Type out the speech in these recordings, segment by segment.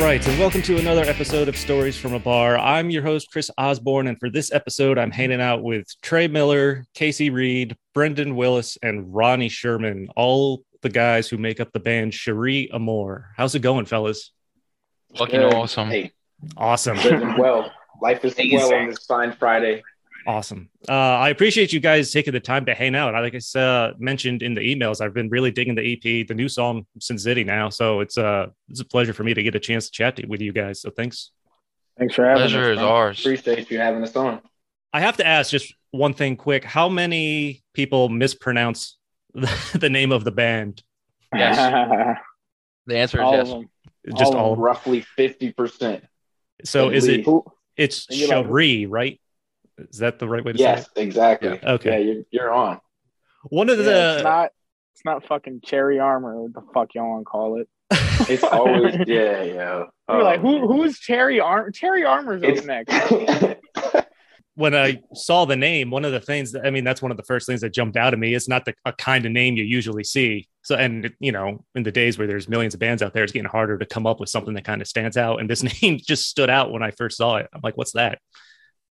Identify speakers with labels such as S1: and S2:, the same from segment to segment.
S1: right, and welcome to another episode of Stories from a Bar. I'm your host, Chris Osborne, and for this episode, I'm hanging out with Trey Miller, Casey Reed, Brendan Willis, and Ronnie Sherman, all the guys who make up the band Cherie Amour. How's it going, fellas?
S2: Fucking
S3: Good.
S1: Um,
S2: awesome.
S3: Hey,
S1: Awesome.
S3: living well. Life is
S4: Thank you,
S3: well
S4: sir.
S3: on this fine Friday.
S1: Awesome. Uh, I appreciate you guys taking the time to hang out. I Like I s- uh, mentioned in the emails, I've been really digging the EP, the new song Sin City now. So it's uh, it's a pleasure for me to get a chance to chat to, with you guys. So thanks.
S4: Thanks for having
S2: Pleasure
S4: us.
S2: is
S4: man.
S2: ours.
S3: Appreciate you having us on.
S1: I have to ask just one thing quick. How many people mispronounce the, the name of the band?
S2: Yes. The answer is
S4: all of
S2: yes.
S4: them.
S1: Just
S4: Oh,
S1: all. of-
S3: roughly fifty percent.
S1: so is it?
S3: Who-
S1: It's
S3: Think about it.
S1: Cherie, right? Is that the right way to
S3: Yes,
S1: say
S3: exactly.
S1: it? Okay.
S3: Yeah, you're, you're on.
S1: One of
S4: Yeah,
S1: the
S4: it's not. It's not fucking cherry armor. What the fuck y'all want to call it?
S3: It's always yeah, yeah.
S4: We're like,
S3: Um,
S4: who? Who is cherry armor? Cherry armor's up
S3: It's-
S4: next.
S3: Oh.
S1: when I saw the name, one of the things that I mean, that's one of the first things that jumped out at me. It's not the a kind of name you usually see. So, and you know, in the days where there's millions of bands out there, it's getting harder to come up with something that kind of stands out. And this name just stood out when I first saw it. I'm like, what's that?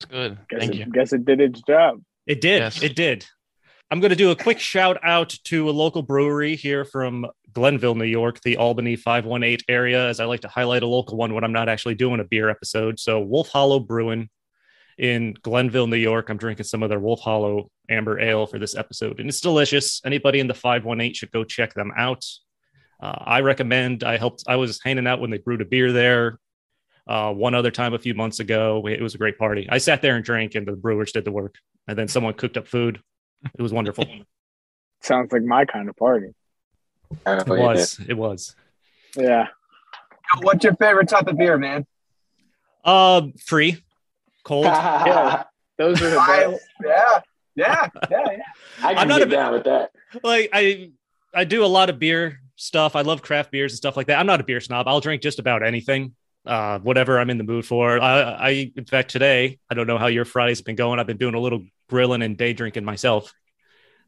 S2: It's good.
S4: Guess
S2: Thank
S4: it,
S2: you.
S4: Guess it did its job.
S1: It did.
S2: Yes.
S1: It did. I'm going to do a quick shout out to a local brewery here from Glenville, New York, the Albany 518 area, as I like to highlight a local one when I'm not actually doing a beer episode. So, Wolf Hollow Brewing in Glenville, New York. I'm drinking some of their Wolf Hollow Amber Ale for this episode, and it's delicious. Anybody in the 518 should go check them out. Uh, I recommend. I helped. I was hanging out when they brewed a beer there uh, one other time a few months ago. It was a great party. I sat there and drank, and the brewers did the work. And then someone cooked up food. It was wonderful. it
S4: Sounds like my kind of party.
S3: Oh, yeah.
S1: was. It was.
S4: Yeah.
S5: What's your favorite type of beer, man?
S1: Uh, free, cold.
S5: Ah.
S3: yeah.
S4: Those are the
S5: I,
S4: best.
S5: yeah, yeah, yeah, yeah.
S3: I can
S1: I'm not
S3: get
S1: a-
S3: down with that.
S1: like I, I do a lot of beer stuff. I love craft beers and stuff like that. I'm not a beer snob. I'll drink just about anything. Uh, whatever I'm in the mood for. I, I, in fact, today I don't know how your Fridays have been going. I've been doing a little grilling and day drinking myself.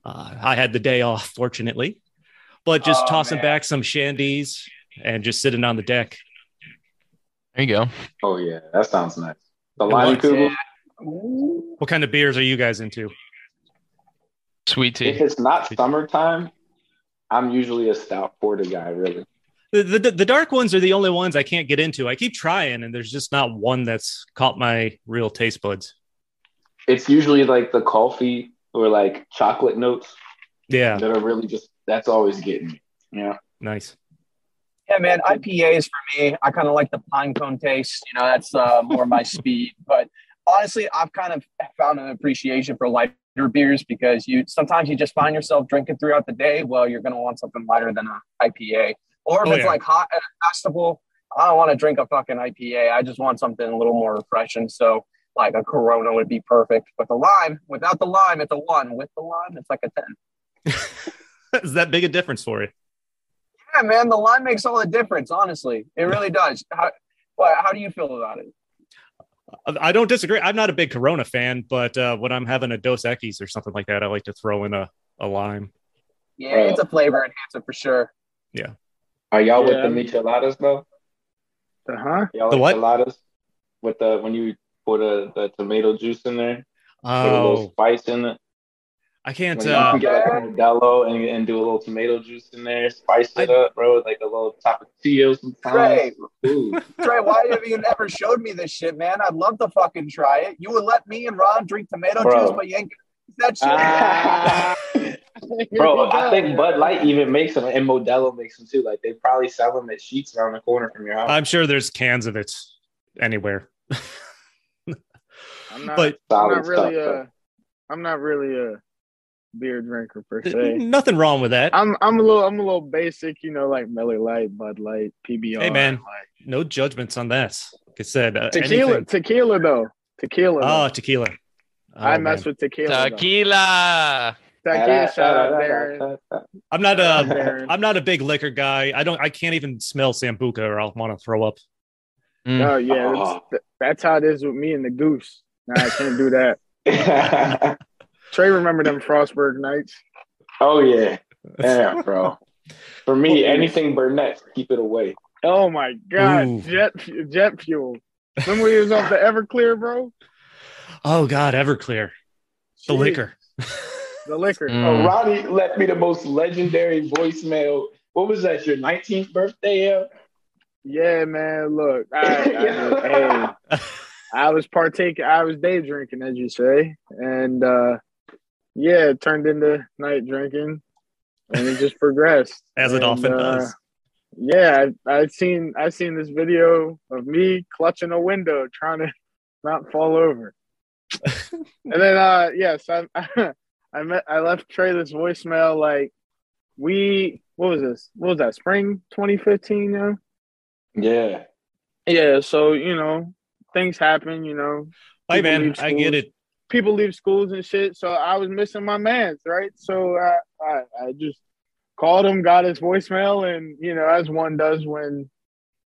S1: Uh, I had the day off, fortunately, but just
S5: Oh,
S1: tossing
S5: man.
S1: back some shandies and just sitting on the deck.
S2: There you go.
S3: Oh yeah, that sounds nice. The
S1: It
S3: lime
S1: was,
S3: kugel.
S5: Ooh.
S1: What kind of beers are you guys into?
S2: Sweet
S3: If
S2: tea.
S3: it's not summertime, I'm usually a stout porter guy. Really,
S1: The, the the dark ones are the only ones I can't get into. I keep trying, and there's just not one that's caught my real taste buds.
S3: it's usually like the coffee or like chocolate notes
S1: Yeah,
S3: that are really just. That's always getting me. Yeah.
S1: nice.
S5: Yeah, man. IPAs for me. I kind of like the pine cone taste. You know, that's uh, more my speed. But honestly, I've kind of found an appreciation for lighter beers because you sometimes you just find yourself drinking throughout the day. Well, you're going to want something lighter than a IPA. Or if
S1: Oh,
S5: it's
S1: yeah.
S5: like hot at a festival, I don't want to drink a fucking IPA. I just want something a little more refreshing. So. Like a Corona would be perfect, but the lime, without the lime, it's a one. With the lime, it's like a ten.
S1: Is that big a difference for you?
S5: Yeah, man, the line makes all the difference. Honestly, it really does. How, well, how do you feel about it?
S1: I I don't disagree. I'm not a big Corona fan, but uh, when I'm having a Dos Equis or something like that, I like to throw in a, a lime.
S3: Uh,
S5: Yeah, it's a flavor enhancer for sure.
S3: Are y'all
S4: Yeah.
S3: with the micheladas though?
S4: The- huh?
S3: Y'all
S1: The what?
S3: like Micheladas with the when you pour the, the tomato juice in there, put a little
S1: Oh,
S3: spice in it.
S1: I can't.
S3: When you can
S1: Uh,
S3: get like pomodoro and, and do a little tomato juice in there, spice it up, bro, with like a little tapatio sometimes.
S5: Right.
S3: Ooh,
S5: Trey, why have you never showed me this shit, man? I'd love to fucking try it. You would let me and Ron drink tomato
S3: Bro.
S5: juice, but you ain't gonna use that
S3: Ah. bro, I think Bud Light even makes them, and Modelo makes them too. Like they probably sell them at Sheets around the corner from your house.
S1: I'm sure there's cans of it anywhere.
S4: I'm not.
S1: But-
S4: I'm
S3: Solid
S4: not really uh,
S3: stuff, bro.
S4: a. I'm not really a beer drinker per se.
S1: Nothing wrong with that.
S4: I'm I'm a little I'm a little basic, you know, like Miller Light, Bud Light, PBR.
S1: Hey, man.
S4: like-
S1: No judgments on that. Like I said, uh,
S4: tequila,
S1: anything-
S4: tequila though, tequila.
S1: Oh,
S4: though.
S1: tequila. Oh,
S4: I
S1: man.
S4: mess with tequila.
S2: Tequila.
S4: Tequila, tequila shout out there.
S1: I'm not uh, a
S4: Darren.
S1: I'm not a big liquor guy. I don't I can't even smell sambuca or I'll want to throw up.
S4: Oh yeah,
S3: Oh.
S4: that's, th- that's how it is with me and the goose. Nah, I can't do that. Trey, remember them Frostburg nights?
S3: oh yeah, yeah, bro. For me, anything Burnett, keep it away.
S4: Oh my god,
S1: Ooh.
S4: jet fu- jet fuel. Remember when he was off the Everclear, bro?
S1: Oh God, Everclear, the
S4: Jeez,
S1: liquor.
S4: The liquor.
S2: Mm.
S3: Oh, Ronnie left me the most legendary voicemail. What was that? Your 19th birthday? Yeah?
S4: Yeah, man. Look, I, I- hey, I was partaking. I was day drinking, as you say, and uh, yeah, it turned into night drinking, and it just progressed
S1: As it
S4: And,
S1: often
S4: uh,
S1: does.
S4: Yeah, I, I seen I seen this video of me clutching a window trying to not fall over, and then uh, yes, I I met I left Trey this voicemail like we what was this what was that spring 2015 now
S3: Yeah.
S4: yeah so you know things happen you know
S1: Hey
S4: people
S1: man,
S4: leave
S1: I get
S4: schools.
S1: it.
S4: people leave schools and shit. So I was missing my man's, right? So I, I, I just called him, got his voicemail, and you know, as one does when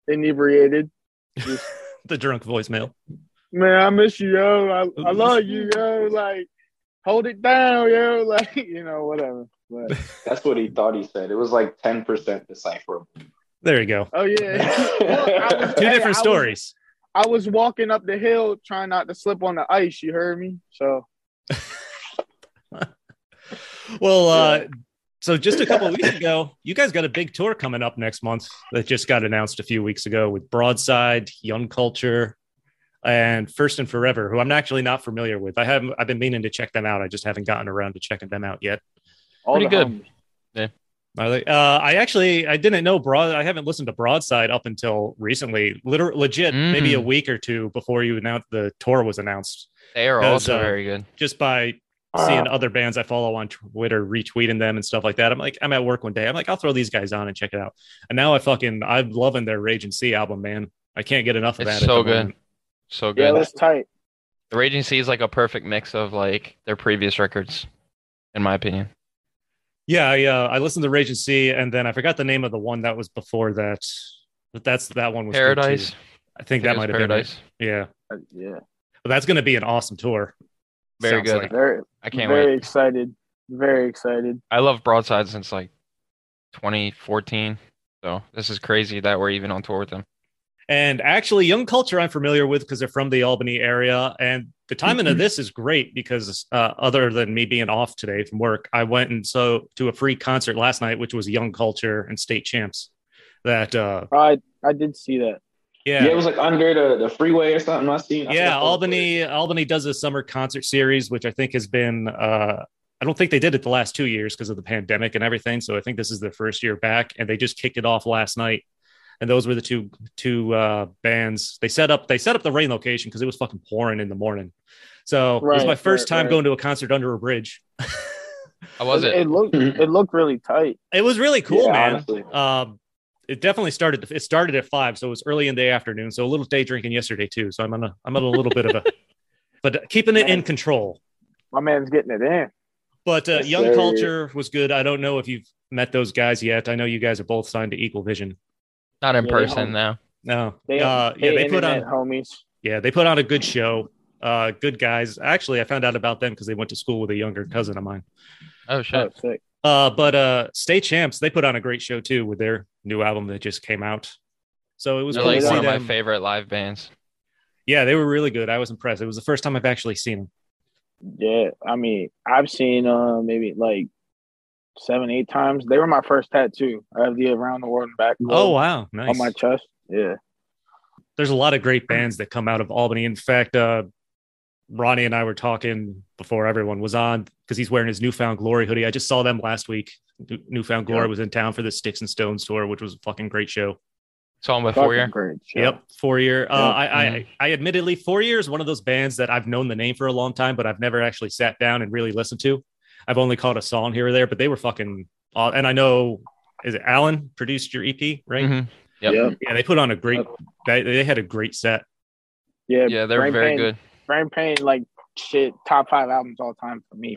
S4: inebriated,
S1: The drunk voicemail.
S4: man, I miss you, yo. I, I love you, yo. Like, hold it down, yo. Like, you know, whatever. But
S3: That's what he thought he said. It was like 10% decipherable.
S1: There you go.
S4: oh yeah, I was-
S1: Two
S4: Hey, I
S1: different
S4: was-
S1: stories.
S4: I was walking up the hill trying not to slip on the ice. You heard me, so.
S1: Well, uh, so just a couple weeks ago, you guys got a big tour coming up next month that just got announced a few weeks ago with Broadside, Young Culture, and First and Forever, who I'm actually not familiar with. I haven't. I've been meaning to check them out. I just haven't gotten around to checking them out yet.
S4: All
S2: Pretty
S4: the
S2: good.
S4: homies.
S1: I like- Uh, I actually I didn't know broad. I haven't listened to Broadside up until recently. Liter- legit, maybe a
S2: Mm.
S1: week or two before you announced the tour was announced.
S2: They are
S1: Because,
S2: also
S1: uh,
S2: very good.
S1: Just by seeing other bands I follow on Twitter retweeting them and stuff like that. I'm like, I'm at work one day. I'm like, I'll throw these guys on and check it out. And now I fucking I'm loving their Rage and Sea album, man. I can't get enough of
S2: It's
S1: that. at
S2: so
S1: the
S2: good.
S1: moment.
S2: So
S4: Yeah,
S2: good.
S4: that's tight.
S2: the Raging Sea is like a perfect mix of like their previous records, in my opinion.
S1: Yeah, yeah. I listened to Rage and Sea, and then I forgot the name of the one that was before that. But that's that one was good, too.
S2: Paradise. I
S1: I think
S2: it
S1: that
S2: was
S1: might have been it.
S2: Paradise.
S1: Yeah,
S4: Uh, Yeah,
S1: but that's going to be an awesome tour.
S2: Very
S1: Sounds
S2: good.
S1: like.
S4: very,
S2: I can't
S4: very
S2: wait.
S4: excited. Very excited.
S2: I love Broadside since like 2014. So this is crazy that we're even on tour with them.
S1: And actually, Young Culture I'm familiar with because they're from the Albany area. And the timing
S2: Mm-hmm.
S1: of this is great because uh, other than me being off today from work, I went and so to a free concert last night, which was Young Culture and State Champs. That uh,
S4: I I did see that.
S3: Yeah. it
S1: yeah.
S3: was like under the, the freeway or something. I seen.
S1: Yeah,
S3: I seen a photo
S1: Albany Albany does a summer concert series, which I think has been uh, I don't think they did it the last two years because of the pandemic and everything. So I think this is their first year back, and they just kicked it off last night. And those were the two two uh, bands they set up. They set up the rain location because it was fucking pouring in the morning. So it was
S4: Right,
S1: my first
S4: right,
S1: time
S4: right.
S1: going to a concert under a bridge.
S2: How was it?
S4: It looked it looked really tight.
S1: It was really cool,
S3: Yeah,
S1: man.
S3: honestly.
S1: Um, it definitely started. It started at five, so it was early in the afternoon. So a little day drinking yesterday too. So I'm on a I'm on a little bit of a, but keeping it in
S4: Man.
S1: control.
S4: My man's getting it in.
S1: But uh,
S3: Yes,
S1: Young
S3: sir.
S1: Culture was good. I don't know if you've met those guys yet. I know you guys are both signed to Equal Vision.
S2: Not in
S4: Yeah, they
S2: person
S4: hung.
S2: now.
S1: No,
S4: They,
S1: uh, yeah, they put
S4: internet
S1: on
S4: homies.
S1: yeah they put on a good show. Uh, good guys. Actually, I found out about them because they went to school with a younger cousin of mine.
S2: Oh
S4: Oh,
S2: shit.
S4: sick.
S1: Uh, but uh, Stay Champs, they put on a great show too with their new album that just came out. So it was
S2: They're
S1: cool to
S2: like
S1: see
S2: one of my
S1: them.
S2: favorite live bands.
S1: Yeah, they were really good. I was impressed. It was the first time I've actually seen them.
S4: Yeah, I mean, I've seen uh maybe like seven, eight times. They were my first tattoo. I have the around the world and back
S1: Oh
S4: on
S1: wow, nice.
S4: my chest. Yeah,
S1: there's a lot of great bands that come out of Albany. In fact, uh, Ronnie and I were talking before everyone was on because he's wearing his Newfound Glory hoodie. I just saw them last week. New- Newfound Glory
S4: Yeah.
S1: was in town for the Sticks and Stones tour, which was a fucking great show.
S2: Saw them
S4: fucking
S2: before you.
S4: great. show.
S1: Yep, four year. Uh,
S4: Yeah.
S1: I, I, I admittedly, four year is one of those bands that I've known the name for a long time, but I've never actually sat down and really listened to. I've only caught a song here or there, but they were fucking. aw- and I know, is it Alan produced your EP, right?
S2: Mhm. Yep.
S4: Yep.
S1: Yeah, they put on a great. They, they had a great set.
S4: Yeah,
S2: Yeah, they're
S4: Brain
S2: very
S4: Pain,
S2: good.
S4: Brain Pain, like shit, top five albums all time for me.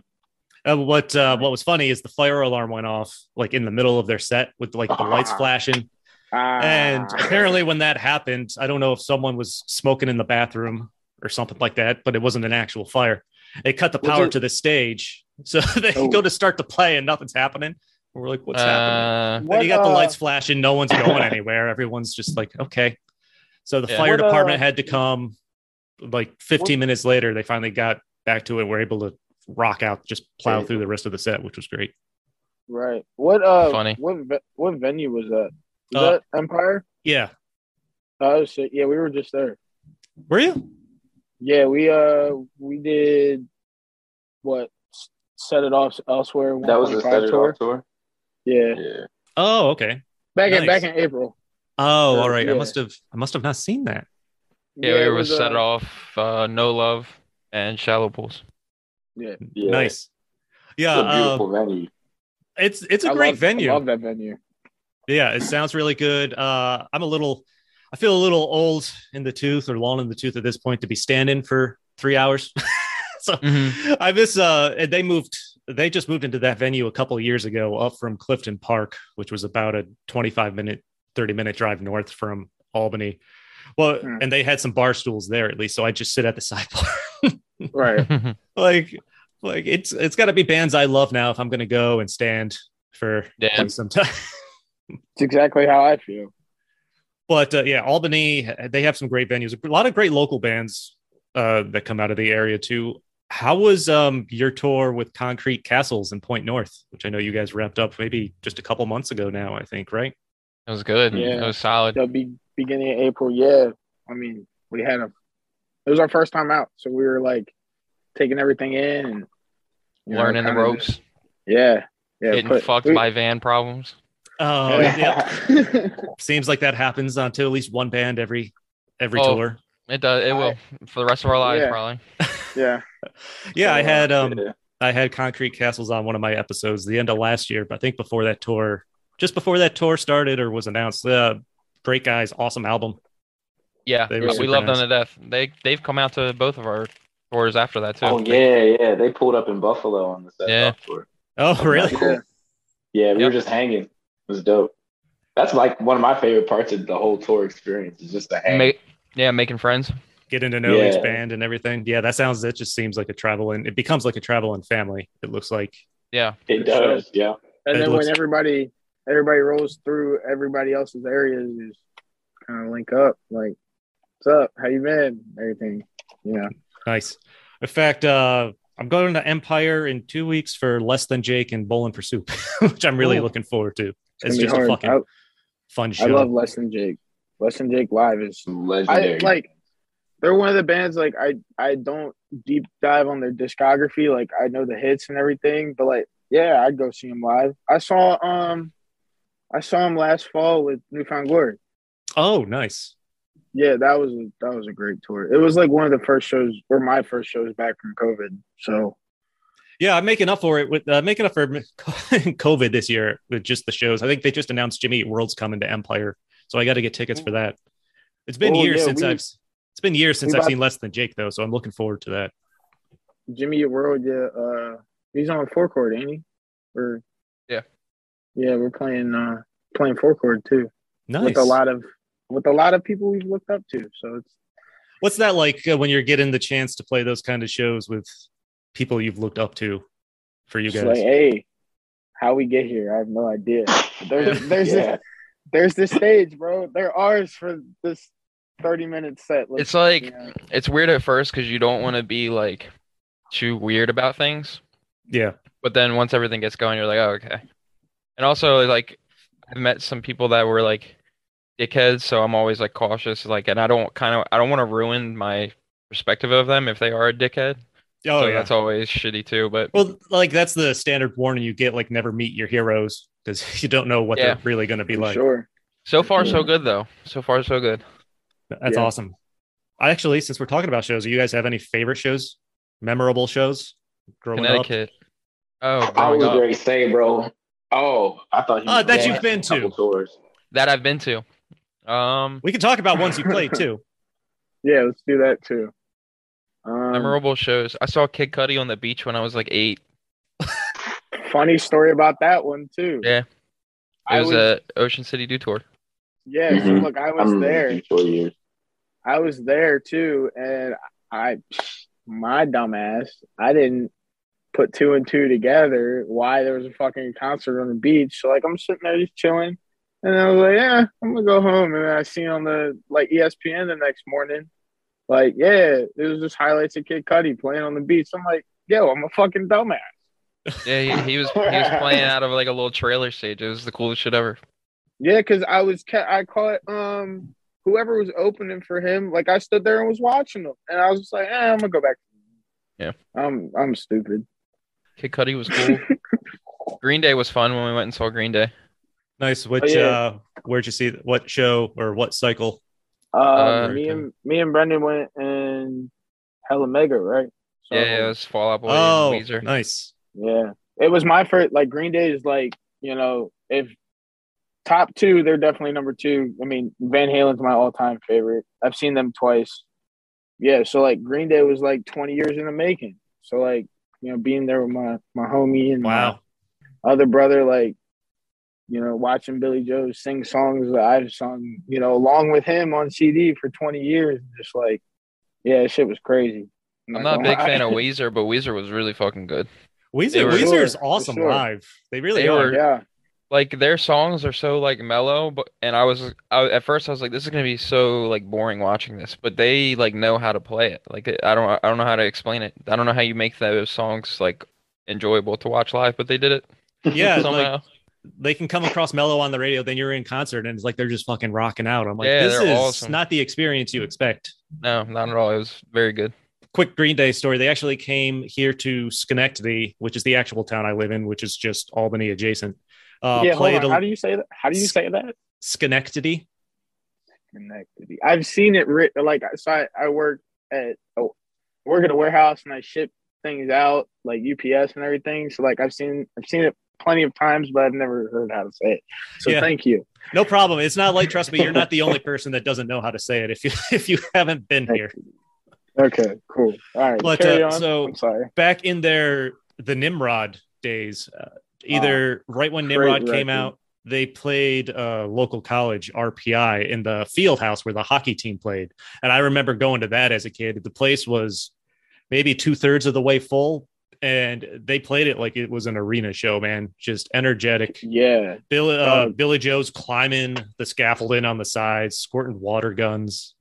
S1: Uh, what uh, what was funny is the fire alarm went off like in the middle of their set with like the lights
S4: Ah.
S1: flashing,
S4: Ah,
S1: and apparently when that happened, I don't know if someone was smoking in the bathroom or something like that, but it wasn't an actual fire. It cut the
S4: Was
S1: power
S4: it-
S1: to the stage, so they
S4: Oh.
S1: go to start to play and nothing's happening. We're like, what's happening?
S2: Uh,
S1: Then you got the
S4: What, uh,
S1: lights flashing. No one's going anywhere. Everyone's just like, okay. So the
S2: Yeah.
S1: fire
S4: What, uh,
S1: department had to come. Like 15 minutes later, they finally got back to it. We're able to rock out, just plow through the rest of the set, which was great.
S4: Right. What uh
S2: Funny.
S4: what ve- what venue was that? Was
S1: Uh,
S4: that Empire?
S1: Yeah.
S4: Oh shit. Yeah, we were just there.
S1: Were you?
S4: Yeah, we uh we did what S- set it off elsewhere.
S3: That was the
S4: 125
S3: set it off tour.
S4: Yeah.
S3: Yeah.
S1: Oh, okay.
S4: Back in
S1: Nice.
S4: back in April.
S1: Oh,
S4: Uh,
S1: all right. I
S4: yeah.
S1: must have I must have not seen that.
S2: yeah, we
S4: it
S2: were set
S4: uh,
S2: off uh, No Love and Shallow Pools.
S3: yeah.
S1: Nice. Yeah,
S3: It's a
S1: uh,
S3: beautiful venue.
S1: it's it's a
S4: I
S1: great
S4: love-
S1: venue.
S4: I love that venue.
S1: Yeah, it sounds really good. Uh, I'm a little, I feel a little old in the tooth or long in the tooth at this point to be standing for three hours. so I miss. Uh, and they moved. They just moved into that venue a couple of years ago, up from Clifton Park, which was about a 25 minute, 30 minute drive north from Albany. Well,
S4: Hmm.
S1: and they had some bar stools there at least, so I just sit at the sidebar.
S4: Right.
S1: like, like it's it's got to be bands I love now if I'm going to go and stand for
S2: Yeah.
S1: quite some time.
S4: it's exactly how I feel.
S1: but uh, yeah, Albany, they have some great venues, a lot of great local bands uh, that come out of the area too. How was um, your tour with Concrete Castles in Point North, which I know you guys wrapped up maybe just a couple months ago now, I think, right?
S2: It was good.
S4: Yeah.
S2: It was solid.
S4: The be- beginning of April, yeah. I mean, we had a it was our first time out, so we were like taking everything in and you know,
S2: Learning the
S4: kinda
S2: ropes,
S4: just- Yeah. Yeah.
S2: getting
S4: put-
S2: fucked
S4: we-
S2: by van problems.
S1: Oh,
S4: Yeah.
S1: yeah. Seems like that happens on to at least one band every every
S2: Oh,
S1: tour.
S2: It does. It will for the rest of our lives,
S4: Yeah.
S2: probably.
S4: yeah.
S1: Yeah, I had um
S3: Oh, Yeah.
S1: I had Concrete Castles on one of my episodes the end of last year, but I think before that tour, just before that tour started or was announced, uh, great guys, awesome album.
S2: Yeah,
S1: They were
S2: yeah,
S1: super
S2: we love
S1: nice.
S2: them to death. They they've come out to both of our tours after that too.
S3: Oh yeah, yeah. They pulled up in Buffalo on the set
S2: Yeah.
S3: yeah. tour.
S1: Oh, really?
S4: Yeah.
S3: Yeah,
S2: Yep.
S3: we were just hanging. It was dope. That's like one of my favorite parts of the whole tour experience is just the hang.
S2: Ma- yeah, making friends.
S1: getting to know
S3: Yeah.
S1: each band and everything. Yeah, that sounds. That just seems like a travel and it becomes like a travel and family. It looks like.
S2: Yeah,
S3: it does, yeah.
S4: And
S1: It
S4: then
S1: looks-
S4: when everybody everybody rolls through everybody else's areas, you just kind of link up. Like, what's up? How you been? Everything. Yeah.
S1: Nice. In fact, uh, I'm going to Empire in two weeks for Less Than Jake and Bowling for Soup, which I'm really
S4: Ooh.
S1: looking forward to.
S4: Oh. gonna
S1: It's
S4: be
S1: just a
S4: hard.
S1: fucking fun
S4: I, I
S1: show.
S4: love Less Than Jake. Less Than Jake live is I
S3: Legendary.
S4: like they're one of the bands like I I don't deep dive on their discography like I know the hits and everything but like yeah I'd go see them live I saw um I saw them last fall with Newfound Glory
S1: oh, nice.
S4: yeah that was a, that was a great tour it was like one of the first shows or my first shows back from COVID so
S1: Yeah, I'm making up for it with uh, making up for COVID this year with just the shows. I think they just announced Jimmy Eat World's coming to Empire, so I got to get tickets for that. It's been
S4: Oh,
S1: years
S4: yeah,
S1: since
S4: we-
S1: I've it's been years since
S4: we
S1: I've
S4: bought-
S1: seen Less Than Jake though, so I'm looking forward to that.
S4: Jimmy Eat World yeah uh he's on four chord ain't he or
S2: Yeah.
S4: yeah we're playing uh playing four chord too
S1: Nice.
S4: with a lot of with a lot of people we've looked up to so it's
S1: What's that like uh, when you're getting the chance to play those kind of shows with people you've looked up to for you
S4: It's
S1: guys?
S4: like, hey, how we get here? I have no idea. There's there's
S3: yeah.
S4: this, there's this stage, bro. There ours for this thirty minute set.
S2: It's like-
S4: yeah.
S2: It's weird at first because you don't want to be like too weird about things,
S1: yeah.
S2: but then once everything gets going, you're like, oh okay. And also like I've met some people that were like dickheads, so I'm always like cautious, like, and I don't kind of I don't want to ruin my perspective of them if they are a dickhead.
S1: Oh,
S2: so
S1: yeah.
S2: that's always shitty too. But
S1: well, like that's the standard warning you get like never meet your heroes because you don't know what
S2: Yeah.
S1: they're really going to be
S4: for
S1: like.
S4: sure.
S2: so far so
S4: Yeah.
S2: good though. So far so good.
S1: That's
S4: Yeah.
S1: awesome. I actually, since we're talking about shows, do you guys have any favorite shows, memorable shows growing up?
S2: Connecticut. Oh,
S3: I
S2: growing
S3: was
S2: up.
S3: very say, bro. Oh, I thought you
S1: Uh, that
S3: yeah,
S1: you've been to.
S3: couple tours.
S2: that I've been to. Um,
S1: We can talk about ones you played too.
S4: Yeah, let's do that too. Um,
S2: memorable shows. I saw Kid Cudi on the beach when I was like eight.
S4: Funny story about that one too.
S2: Yeah, It
S4: I
S2: was, uh,
S4: was
S2: a Ocean City Dew tour.
S4: yeah. So
S3: Mhm.
S4: look, I
S3: I
S4: was
S3: remember
S4: there.
S3: you for years.
S4: I was there too, and I, my dumbass, I didn't put two and two together why there was a fucking concert on the beach. So like I'm sitting there just chilling. And I was like, yeah, I'm gonna go home. And then I seen on the like E ESPN the next morning, like, yeah, it was just highlights of Kid Cudi playing on the beach. I'm like, yo, I'm a fucking dumbass.
S2: Yeah, he, he was he was playing out of like a little trailer stage. It was the coolest shit ever.
S4: Yeah, because I was ca- I caught um whoever was opening for him. Like I stood there and was watching them, and I was just like, eh, I'm gonna go back.
S2: Yeah.
S4: I'm I'm stupid.
S2: Kid Cudi was cool. Green Day was fun when we went and saw Green Day.
S1: Nice. Which
S4: Oh, yeah.
S1: uh where'd you see what show or what cycle?
S4: Um,
S2: Uh,
S4: me and me and Brendan went and Hella Mega, right? So,
S2: Yeah, yeah, it was Fall Out Boy
S1: oh,
S2: and Weezer.
S1: nice.
S4: Yeah. It was my first like Green Day is like, you know, if top two, they're definitely number two. I mean, Van Halen's my all time favorite. I've seen them twice. Yeah, so like Green Day was like twenty years in the making. So like, you know, being there with my my homie and my
S1: Wow.
S4: other brother, like, you know, watching Billy Joe sing songs that I've sung, you know, along with him on CD for 20 years. Just like, yeah, that shit was crazy.
S2: I'm not a big fan of
S4: Weezer.
S2: Weezer, but Weezer was really fucking good. They
S1: Weezer
S2: were-
S1: Weezer is
S4: Sure, for
S1: awesome
S4: sure.
S1: live. They really
S2: They
S1: are.
S2: were-
S4: Yeah.
S2: Like their songs are so like mellow, but and I was I, at first I was like, this is gonna be so like boring watching this, but they like know how to play it. Like I don't I don't know how to explain it. I don't know how you make those songs like enjoyable to watch live, but they did it
S1: yeah, like,
S2: somehow.
S1: they can come across mellow on the radio, then you're in concert and it's like they're just fucking rocking out. I'm like,
S2: Yeah,
S1: this is
S2: they're awesome.
S1: not the experience you expect.
S2: No, not at all. It was very good.
S1: quick Green Day story. They actually came here to Schenectady, which is the actual town I live in, which is just Albany adjacent. Uh,
S4: yeah, hold
S1: played
S4: on.
S1: a-
S4: How do you say that? How do you say that?
S1: Schenectady.
S4: Schenectady. I've seen it writ like so I, I work at oh, work at a warehouse and I ship things out like UPS and everything. So like I've seen I've seen it plenty of times, but I've never heard how to say it. So
S1: Yeah.
S4: thank you.
S1: No problem. It's not like trust me, you're not the only person that doesn't know how to say it if you if you haven't been here.
S4: Okay, cool. All right.
S1: But,
S4: carry
S1: uh,
S4: on.
S1: so-
S4: I'm sorry.
S1: Back in their the Nimrod days, uh, either right when
S4: Ah, great
S1: Nimrod came
S4: record.
S1: out, they played uh, local college RPI in the field house where the hockey team played. And I remember going to that as a kid. The place was maybe two thirds of the way full, and they played it like it was an arena show, man. Just energetic.
S4: Yeah.
S1: Bill, uh,
S4: Oh.
S1: Billy Joe's climbing the scaffolding on the sides, squirting water guns.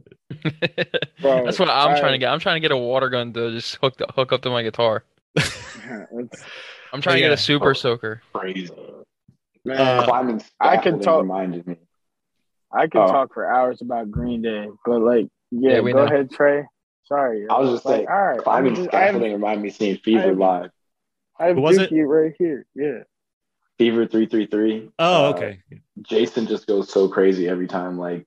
S4: Bro,
S2: That's what I'm
S4: I-
S2: trying to get. I'm trying to get a water gun to just hook hook up to my guitar.
S4: It's-
S2: I'm trying to
S1: Yeah.
S2: get a super soaker.
S3: Crazy.
S4: man,
S1: Uh,
S3: Climbing
S4: I can
S3: scaffolding
S4: talk-
S3: Reminded me.
S4: I could
S3: oh.
S4: talk for hours about Green Day, but like yeah,
S2: uh, Yeah,
S4: go
S2: we know.
S4: ahead, Trey. Sorry.
S3: I was just
S4: like,
S3: saying,
S4: all right.
S3: Climbing
S4: I'm just- I have,
S3: scaffolding reminded me of seeing Fever
S4: I'm-
S3: live.
S4: I have
S1: Who was it?
S4: Dookie right here. Yeah.
S3: Fever three three three. Uh,
S1: Oh, okay.
S3: Jason just goes so crazy every time. Like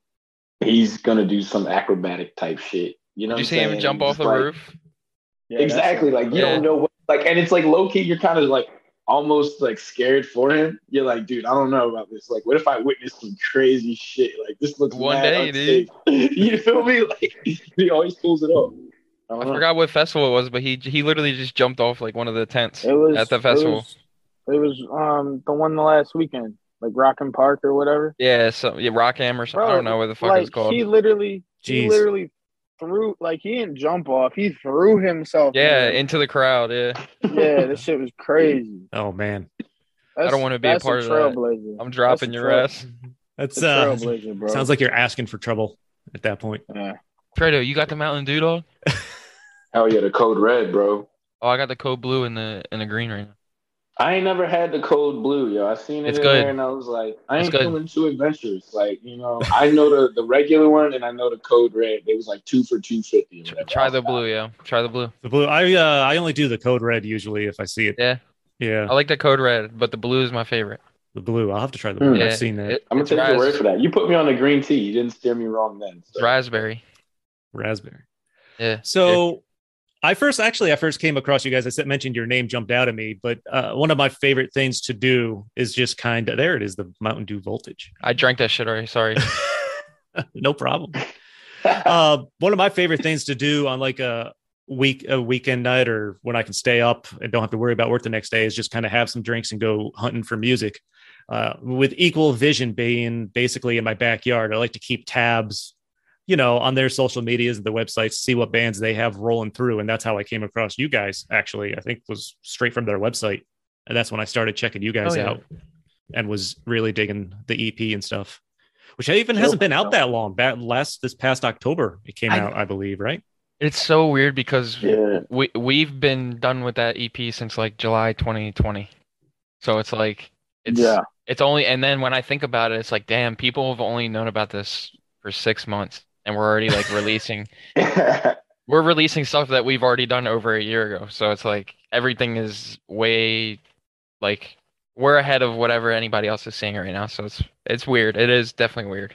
S3: he's gonna do some acrobatic type shit. You know,
S2: Did
S3: what
S2: you
S3: I'm
S2: see him
S3: saying?
S2: jump
S3: Just
S2: off the
S3: like-
S2: roof?
S4: yeah that's-
S3: Exactly. Like you
S2: Yeah.
S3: don't know what. Like, and it's like low key. You're kind of like almost like scared for him. You're like, dude, I don't know about this. Like, what if I witness some crazy shit? Like this looks
S2: One
S3: mad
S2: day,
S3: unsafe. you feel me? Like he always pulls it up.
S2: I forgot what festival it was, but he he literally just jumped off like one of the tents.
S4: It was
S2: At the festival.
S4: It was, it was, um the one the last weekend, like Rockin' Park or whatever.
S2: Yeah, so yeah, Rockham or something. I
S4: Bro,
S2: don't know what the fuck
S4: like
S2: it's called.
S4: he literally, he
S1: Jeez.
S4: literally threw like he didn't jump off. He threw himself.
S2: Yeah,
S4: in
S2: into the crowd. Yeah,
S4: there. yeah, this shit was crazy.
S1: Oh man,
S4: That's,
S2: don't wanna be a
S4: that's
S2: part of that.
S4: trailblazer.
S2: I'm dropping
S4: a
S2: your
S4: trail-
S2: ass.
S1: that's
S4: That's a
S1: uh,
S4: trailblazer, bro.
S1: sounds like you're asking for trouble at that point.
S4: yeah.
S2: Fredo, you got the Mountain Dew dog?
S3: Oh yeah, the code red, bro.
S2: Oh, I got the code blue and the and the green right now.
S3: I ain't never had the cold blue, yo. I seen it
S2: It's
S3: in
S2: good.
S3: there and I was like, I
S2: It's
S3: ain't
S2: good.
S3: feeling too adventurous. Like, you know, I know the, the regular one and I know the code red. It was like two for two fifty.
S2: Tr- Try the blue, yeah. Try the blue.
S1: The blue. I uh, I only do the code red usually if I see it.
S2: Yeah.
S1: Yeah.
S2: I like the code red, but the blue is my favorite.
S1: The blue. I'll have to try the blue.
S3: Hmm.
S1: I've seen that.
S2: It-
S3: I'm gonna
S2: it's
S3: take your
S2: ras-
S3: word for that. You put me on the green tea. You didn't steer me wrong then.
S2: it's
S3: So.
S2: raspberry.
S1: Raspberry.
S2: Yeah.
S1: So I first actually I first came across you guys. I said mentioned your name jumped out at me, but uh, one of my favorite things to do is just kind of there it is, the Mountain Dew voltage.
S2: I drank that shit already. Sorry.
S1: no problem. uh, one of my favorite things to do on like a week a weekend night or when I can stay up and don't have to worry about work the next day is just kind of have some drinks and go hunting for music. Uh, with equal vision being basically in my backyard, I like to keep tabs you know, on their social medias and their websites, see what bands they have rolling through. And that's how I came across you guys, actually, I think was straight from their website. And that's when I started checking you guys
S2: Oh, yeah.
S1: out and was really digging the EP and stuff, which even hasn't been out that long. That last, this past October, it came
S2: I-
S1: out, I believe, right?
S2: It's so weird because
S3: Yeah.
S2: we we've been done with that EP since like July 2020. So it's like it's
S3: yeah.
S2: it's only and then when I think about it, it's like damn, people have only known about this for six months, and we're already like releasing we're releasing stuff that we've already done over a year ago. So it's like everything is way like we're ahead of whatever anybody else is seeing right now. So it's it's weird. It is definitely weird.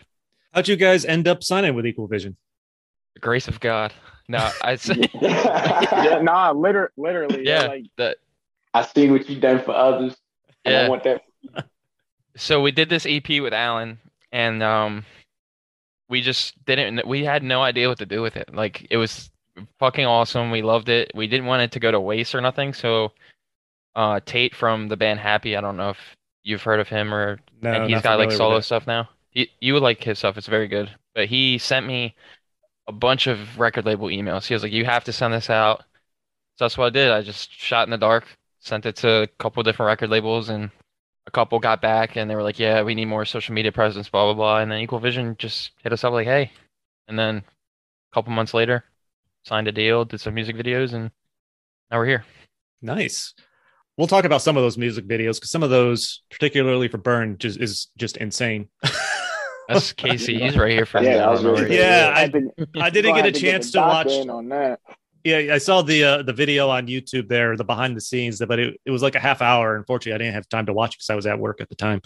S1: How'd you guys end up signing with Equal Vision?
S2: The grace of God. No, I say
S4: yeah, nah, liter- literally. Yeah.
S2: Yeah.
S4: like,
S2: that
S3: I seen what you done for others. And I
S2: yeah.
S3: want that.
S2: so we did this EP with Alan, and um, we just didn't. We had no idea what to do with it. Like it was fucking awesome. We loved it. We didn't want it to go to waste or nothing. So, uh, Tate from the band Happy. I don't know if you've heard of him or
S1: No,
S2: and he's
S1: not
S2: got like
S1: familiar
S2: solo
S1: with
S2: stuff now. You, you would like his stuff; it's very good. But he sent me a bunch of record label emails. He was like, "You have to send this out." So that's what I did. I just shot in the dark, sent it to a couple different record labels, and a couple got back, and they were like, "Yeah, we need more social media presence, blah blah blah." And then Equal Vision just hit us up like, "Hey," and then a couple months later, signed a deal, did some music videos, and now we're here.
S1: it. Nice. We'll talk about some of those music videos because some of those, particularly for Burn, just is just insane.
S2: That's Casey. He's right here for
S3: Yeah, I was really
S2: Remember-
S3: good.
S1: Yeah, I-
S4: had to-
S1: I didn't
S4: I
S1: get a
S4: had to
S1: chance to
S4: the doc
S1: watch.
S4: in on that.
S1: Yeah, I saw the uh, the video on YouTube there, the behind the scenes, but it, it was like a half hour. Unfortunately, I didn't have time to watch because I was at work at the time.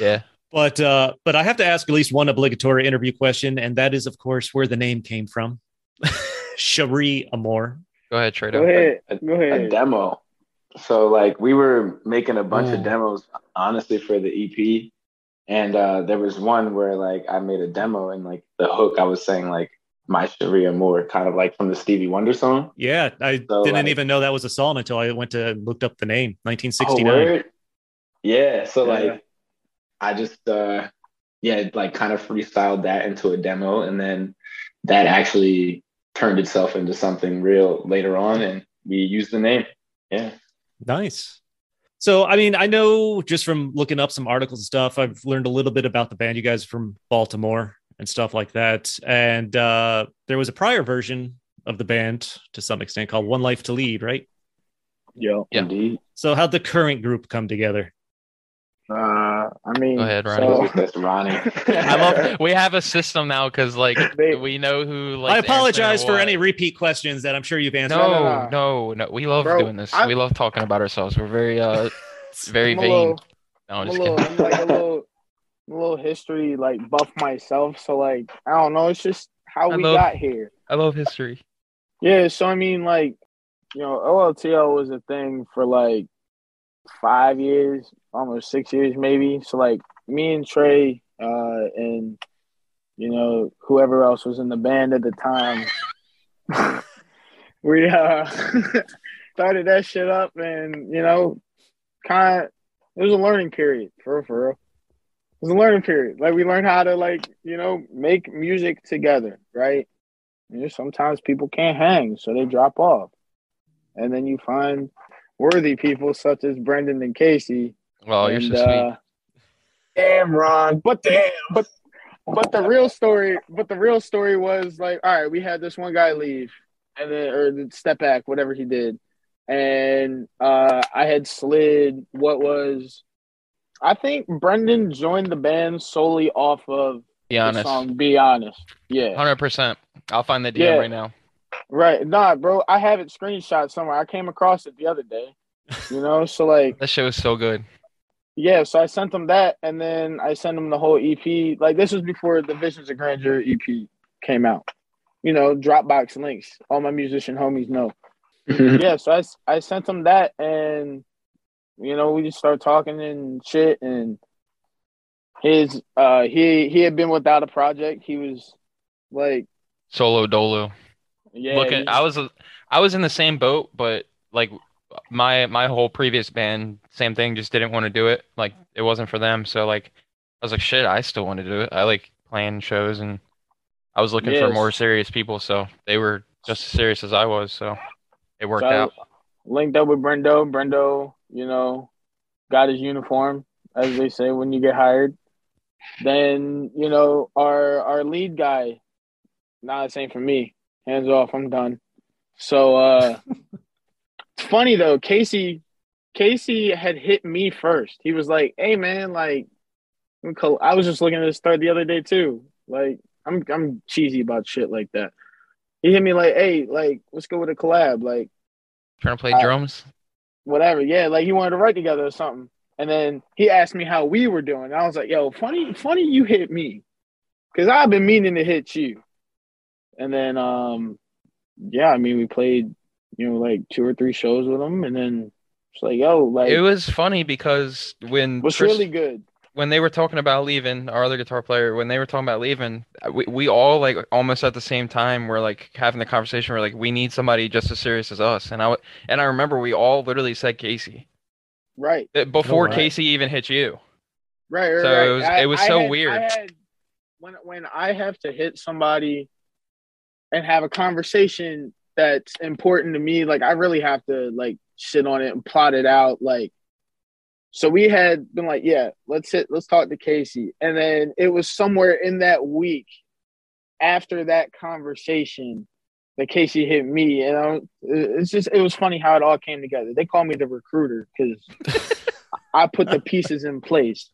S2: yeah.
S1: But uh, but I have to ask at least one obligatory interview question, and that is, of course, where the name came from, Cherie Amore.
S2: Go ahead, Trado.
S4: Go ahead.
S3: A-
S4: Go ahead.
S3: a demo. So like we were making a bunch
S2: Ooh.
S3: of demos honestly for the EP. And uh there was one where like I made a demo and like the hook I was saying like my Sharia Moore, kind of like from the Stevie Wonder song.
S1: Yeah, I
S3: So,
S1: didn't
S3: like-
S1: even know that was a song until I went to looked up the name,
S3: Oh,
S1: 1969.
S3: word? Yeah. So
S4: Yeah.
S3: like I just uh yeah, like kind of freestyled that into a demo and then that actually turned itself into something real later on and we used the name. Yeah.
S1: Nice. So, I mean, I know just from looking up some articles and stuff, I've learned a little bit about the band. You guys are from Baltimore and stuff like that. And uh, there was a prior version of the band to some extent called One Life to Lead, right?
S4: Yo.
S2: Yeah.
S3: Indeed.
S1: So, how'd the current group come together?
S4: Uh, I mean,
S2: Go ahead,
S4: so-
S2: Ronnie.
S3: That's Ronnie.
S2: I love. We have a system now because like
S4: They-
S2: we know who. Like
S1: I apologize for any repeat questions that I'm sure you've answered.
S4: No, no,
S2: No,
S4: no.
S2: no, no. We love
S4: Bro,
S2: doing this.
S4: I-
S2: We love talking about ourselves. We're very, uh, very
S4: I'm a
S2: vain.
S4: little-
S2: no, I'm
S4: I'm a
S2: just
S4: little,
S2: kidding.
S4: I'm like a little, I'm a little history like buff myself. So like, I don't know. It's just how
S2: I
S4: we
S2: love-
S4: got here.
S2: I love history.
S4: Yeah. So I mean, like, you know, OLTL was a thing for like five years, almost six years, maybe. So like, me and Trey, uh, and you know whoever else was in the band at the time, we uh started that shit up, and you know, kind of it was a learning period for real, for real. It was a learning period. Like we learned how to like you know make music together, right? You know, sometimes people can't hang, so they drop off, and then you find worthy people such as Brendan and Casey.
S2: Well,
S4: and,
S2: Oh, you're so sweet.
S4: uh,
S5: Damn, Ron. But damn.
S4: but the real story, but the real story was like, all right, we had this one guy leave, and then or step back, whatever he did, and uh, I had slid what was, I think Brendan joined the band solely off of
S2: Be
S4: the
S2: honest.
S4: song "Be Honest." Yeah,
S2: Hundred percent. I'll find the DM
S4: Yeah.
S2: right now.
S4: right. Nah, bro, I have it screenshot somewhere. I came across it the other day. You know, so like
S2: That shit was so good.
S4: Yeah, so I sent them that, and then I sent them the whole EP. Like this was before the Visions of Grandeur EP came out. You know, Dropbox links. All my musician homies know. yeah, so I, s- I sent them that, and you know we just started talking and shit. And his uh he he had been without a project. He was like
S2: Solo dolo.
S4: yeah.
S2: Looking,
S4: he-
S2: I was, I was in the same boat, but like my my whole previous band, same thing. Just didn't want to do it. Like it wasn't for them. So like, I was like, shit. I still want to do it. I like playing shows and I was looking for
S4: Yes.
S2: more serious people, so they were just as serious as I was, so it worked
S4: So I
S2: out.
S4: linked up with Brendo. Brendo, you know, got his uniform, as they say when you get hired. Then, you know, our our lead guy, nah, this ain't for me. Hands off, I'm done. So uh it's funny though, Casey Casey had hit me first. He was like, Hey man, like I'm col- I was just looking at this thread the other day too. Like, I'm I'm cheesy about shit like that. He hit me like, hey, like, let's go with a collab. Like,
S2: Trying to play
S4: I-
S2: drums?
S4: whatever. Yeah, like he wanted to write together or something. And then he asked me how we were doing. And I was like, yo, funny, funny you hit me. Cause I've been meaning to hit you. And then um yeah, I mean we played, you know, like two or three shows with him and then it's like, yo, like
S2: It was funny because when
S4: was
S2: Chris-
S4: really good.
S2: when they were talking about leaving, our other guitar player, when they were talking about leaving, uh, we, we all like almost at the same time were like having the conversation. We're like, we need somebody just as serious as us. And I w- and I remember we all literally said Casey
S4: Right.
S2: Uh, before
S1: wow.
S2: Casey even hit you.
S4: Right. right
S2: So
S4: right.
S2: it was-
S4: I-
S2: it was
S4: I
S2: so
S4: had-
S2: weird.
S4: I had- when when I have to hit somebody and have a conversation that's important to me, like I really have to like sit on it and plot it out. Like, so we had been like, yeah, let's hit, let's talk to Casey, and then it was somewhere in that week after that conversation that Casey hit me, and I, it's just it was funny how it all came together. They call me the recruiter because I put the pieces in place.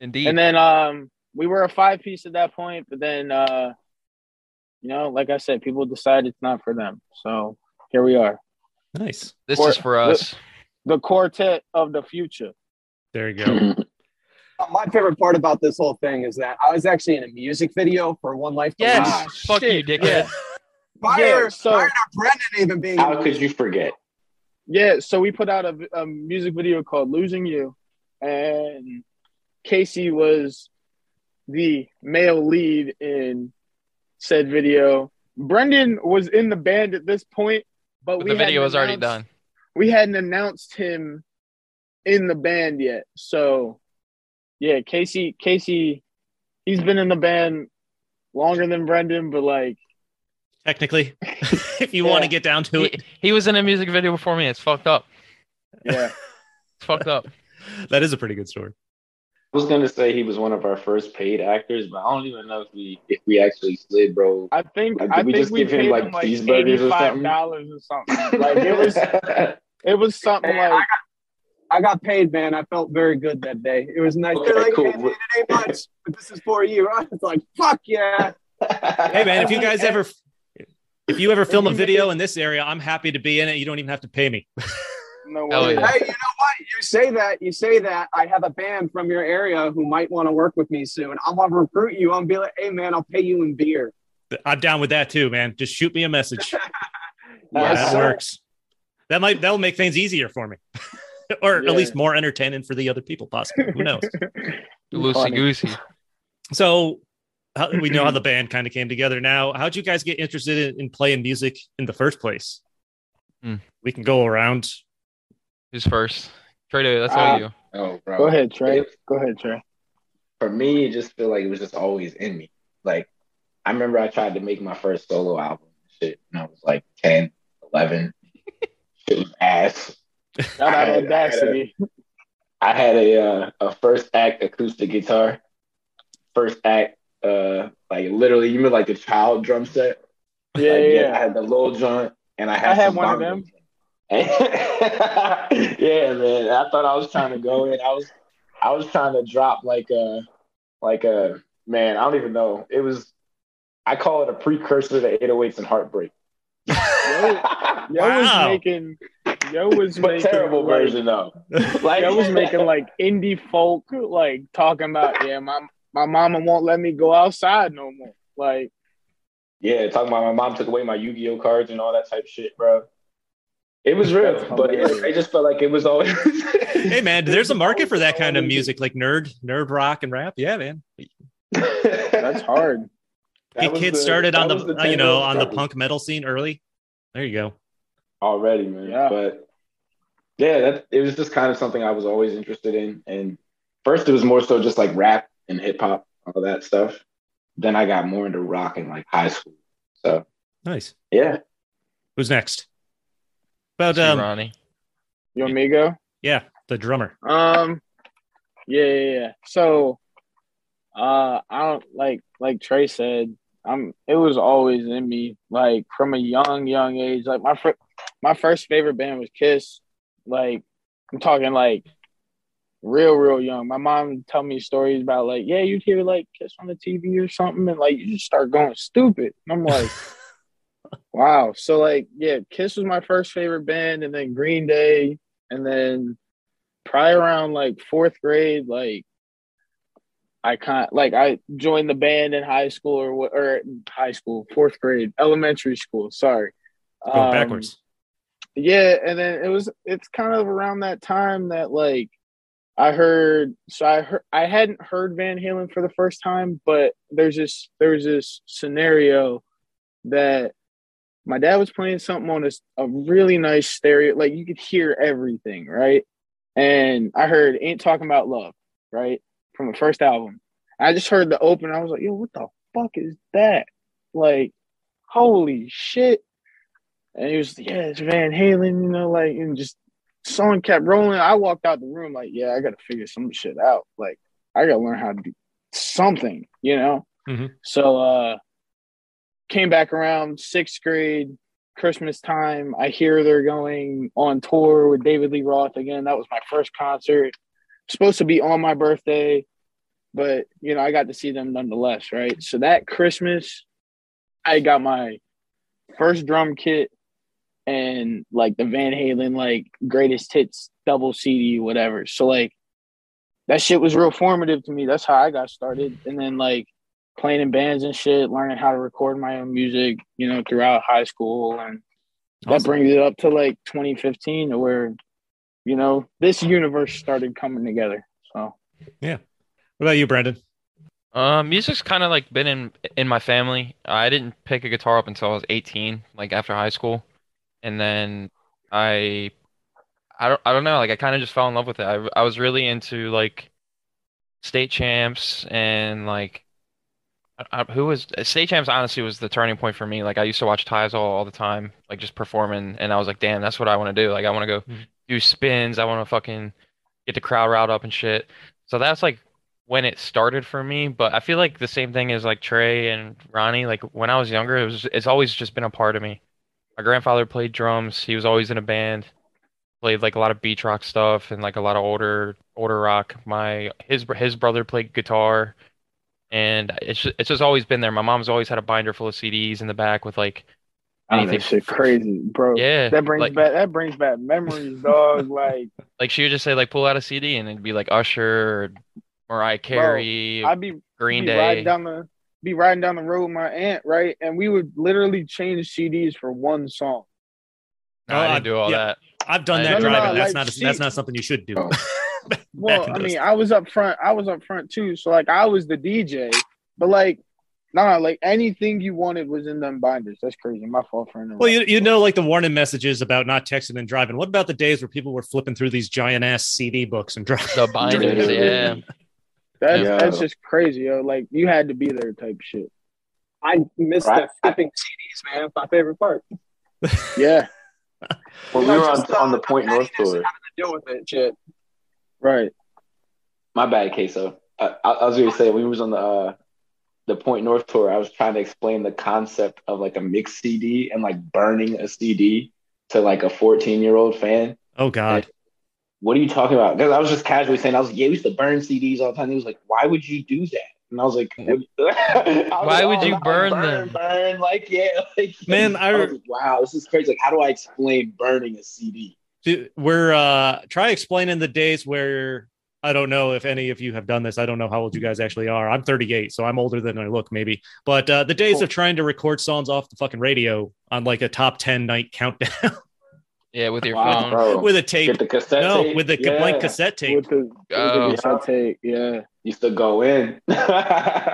S2: Indeed.
S4: And then um we were a five piece at that point, but then uh you know, like I said, people decide it's not for them. So here we are.
S1: Nice.
S2: this
S4: or-
S2: is for us.
S4: The quartet of the future.
S1: There you go.
S5: My favorite part about this whole thing is that I was actually in a music video for One Life to
S2: Yes.
S4: Oh,
S5: Live.
S2: Fuck you, dickhead.
S5: Prior,
S4: Yeah, so-
S5: prior to Brendan even being
S3: How could you forget?
S4: Yeah, so we put out a, a music video called Losing You and Casey was the male lead in said video. Brendan was in the band at this point, but,
S2: But
S4: we
S2: the video
S4: hadn't
S2: was already
S4: announced-
S2: done.
S4: we hadn't announced him in the band yet. So yeah, Casey Casey he's been in the band longer than Brendan, but like
S1: Technically, if you want to
S4: Yeah.
S1: get down to
S2: He,
S1: it,
S2: he was in a music video before me. It's fucked up.
S4: yeah.
S2: It's fucked up.
S1: that is a pretty good story.
S3: I was gonna say he was one of our first paid actors, but I don't even know if we if we actually slid, bro.
S4: I think
S3: Like, did
S4: I
S3: we
S4: think
S3: just
S4: we
S3: give him,
S4: paid
S3: like,
S4: him like
S3: cheeseburgers or something?
S4: dollars or something. Like it was it was something
S5: Hey, I
S4: like
S5: I got paid, man. I felt very good that day. It was nice. They're
S3: Okay,
S5: like,
S3: cool.
S5: hey, man, it ain't much, but this is for you. I was like, fuck yeah.
S1: Hey man, if you guys ever if you ever film a
S4: you
S1: video in this area, I'm happy to be in it. You don't even have to pay me.
S4: no
S2: Hell
S4: way.
S2: yeah.
S5: Hey, you know what? You say that. You say that. I have a band from your area who might want to work with me soon. I'm going to recruit you. I'm going to be like, hey, man, I'll pay you in beer.
S1: I'm down with that too, man. Just shoot me a message.
S3: Yeah,
S1: that
S3: so-
S1: works. That might that'll make things easier for me. or
S4: Yeah.
S1: at least more entertaining for the other people possibly. Who knows?
S2: Loosey goosey.
S1: so how, we know how the band kind of came together now. How'd you guys get interested in, in playing music in the first place?
S2: Hmm.
S1: We can go around.
S2: Who's first? Trader, that's all
S4: Uh,
S2: you.
S3: oh, bro.
S4: Go ahead, Trey.
S3: It-
S4: Go ahead, Trey.
S3: for me, it just feel like it was just always in me. Like I remember I tried to make my first solo album, and shit, and I was like 10, 11. shit was ass.
S4: Shout out
S3: I- I-
S4: Audacity.
S3: I had a uh, a first act acoustic guitar, first act uh like literally you mean like the child drum set.
S4: Yeah,
S3: Like,
S4: yeah.
S3: I had the little joint, and I had
S4: I had
S3: some
S4: one of
S3: bongos.
S4: them.
S3: yeah, man. I thought I was trying to go in. I was, I was trying to drop like a, like a man. I don't even know. It was, I call it a precursor to 808s and heartbreak.
S4: Yo
S1: Wow.
S4: was making Yo was
S3: but
S4: making
S3: terrible
S4: like,
S3: version though. Like
S4: I was making like indie folk, like talking about, yeah, my my mama won't let me go outside no more. Like,
S3: Yeah, talking about my mom took away my Yu-Gi-Oh cards and all that type of shit, bro. It was real,
S4: That's
S3: but it,
S4: hilarious.
S3: it just felt like it was always.
S1: Hey man, there's a market for that kind of music, like nerd, nerd rock and rap. Yeah, man.
S4: that's hard.
S1: Get
S3: was
S1: kids
S3: the-
S1: started
S3: that
S1: on the,
S3: was
S1: uh, you know
S3: Tango
S1: on the
S3: Brothers
S1: punk metal scene early. There you go.
S3: already, man.
S4: Yeah.
S3: But yeah, that it was just kind of something I was always interested in. And first, it was more so just like rap and hip hop, all that stuff. then I got more into rock in like high school. So
S1: Nice.
S3: yeah,
S1: Who's next? About
S2: See,
S1: um,
S2: Ronnie.
S4: You want me to go?
S1: yeah, the drummer.
S4: Um, yeah, yeah, yeah. So, uh, I don't like like Trey said. I'm. It was always in me, like from a young, young age. Like my fir- my first favorite band was Kiss. Like I'm talking like real, real young. My mom would tell me stories about like, yeah, you'd hear like Kiss on the TV or something, and like you just start going stupid. And I'm like. Wow. So like, yeah, Kiss was my first favorite band, and then Green Day, and then probably around like fourth grade, like I kind like I joined the band in high school or wha- or high school, fourth grade, elementary school. Sorry,
S1: Going
S4: Um,
S1: backwards.
S4: yeah, and then it was it's kind of around that time that like I heard so I heard I hadn't heard Van Halen for the first time, but there's this there's this scenario that my dad was playing something on a, s- a really nice stereo, like you could hear everything, right? And I heard Ain't Talking About Love, right? From the first album. I just heard the open, I was like, yo, what the fuck is that? Like, holy shit. And he was, yeah, it's Van Halen, you know, like, and just song kept rolling. I walked out the room, like, yeah, I got to figure some shit out. Like, I got to learn how to do something, you know?
S1: Mhm.
S4: So, uh, came back around sixth grade, Christmas time. I hear they're going on tour with David Lee Roth again. That was my first concert. Supposed to be on my birthday, but, you know, I got to see them nonetheless, right? So that Christmas, I got my first drum kit and like the Van Halen like greatest hits double CD whatever. So like that shit was real formative to me. That's how I got started. And then like playing in bands and shit, learning how to record my own music, you know, throughout high school and that
S1: Awesome.
S4: brings it up to like 2015 to where you know this universe started coming together. So
S1: What about you, Brandon?
S2: Uh, music's kind of like been in in my family. I didn't pick a guitar up until I was 18, like after high school, and then I, I don't, I don't know. Like I kind of just fell in love with it. I, I was really into like state champs and like, I, I- who was state champs? Honestly, was the turning point for me. Like I used to watch Ties all, all the time, like just performing, and I was like, damn, that's what I want to do. Like I want to go
S1: Mhm.
S2: do spins. I want to fucking get the crowd riled up and shit. So that's like when it started for me, but I feel like the same thing as like Trey and Ronnie. Like when I was younger, it was it's always just been a part of me. My grandfather played drums. He was always in a band. Played like a lot of beach rock stuff and like a lot of older older rock. My his br- his brother played guitar, and it's just, it's just always been there. My mom's always had a binder full of CDs in the back with like
S4: I don't know,
S2: anything.
S4: shit crazy, bro.
S2: Yeah,
S4: Oh, That brings
S2: like-
S4: back that brings back memories, dog. Like
S2: Like she would just say like pull out a CD and it'd be like Usher, or Mariah Carey,
S4: I'd be
S2: Green
S4: be
S2: Day.
S4: riding down the be riding down the road with my aunt, right? And we would literally change CDs for one song.
S2: No, I
S1: Oh,
S2: didn't do all
S1: yeah.
S2: that.
S1: I've done
S2: I-
S1: that
S2: No, no, no,
S1: driving. that's
S4: like,
S1: not a,
S4: she-
S1: that's not something you should do.
S3: Oh.
S4: Well,
S1: Back in
S4: I
S1: those
S4: mean, I was up front. I was up front too. So like, I was the DJ, but like, nah, like anything you wanted was in them binders. That's crazy. My fault for interrupting.
S1: Well, you, you know, like the warning messages about not texting and driving. What about the days where people were flipping through these giant ass CD books and driving?
S2: The binders, yeah.
S4: that's
S3: Yeah.
S4: that's just crazy, yo. Like you had to be there, type shit.
S5: I miss
S3: Right.
S5: that flipping CDs, man. It's my favorite part.
S4: Yeah,
S3: well, we
S5: Not
S3: were on,
S5: just, uh,
S3: on the Point North
S5: pettiness
S3: tour.
S5: and having to Deal with it, shit.
S4: right.
S3: My bad, Queso. I, Uh, I, I was gonna say we was on the uh, the Point North tour. I was trying to explain the concept of like a mixed CD and like burning a CD to like a 14 year old fan.
S1: Oh God,
S3: What are you talking about? Because I was just casually saying I was yeah, we used to burn CDs all the time. He was like, why would you do that? And I was like, what- I was oh,
S2: Why would you
S3: nah,
S2: burn them?"
S3: Burn, burn, like yeah, like
S1: Man, I-
S3: was like, wow, this is crazy. Like, how do I explain burning a CD?
S1: Dude, we're uh, try explaining the days where I don't know if any of you have done this. I don't know how old you guys actually are. I'm 38, so I'm older than I look, maybe. But uh, the days of trying to record songs off the fucking radio on like a top 10 night countdown
S2: Yeah, with your
S3: Wow,
S2: phone.
S3: bro.
S1: with a tape.
S3: Get the cassette
S1: no,
S3: tape.
S1: with the
S3: Yeah.
S1: blank cassette tape.
S4: With the, with
S2: Oh.
S4: the cassette tape, yeah.
S3: used to go in.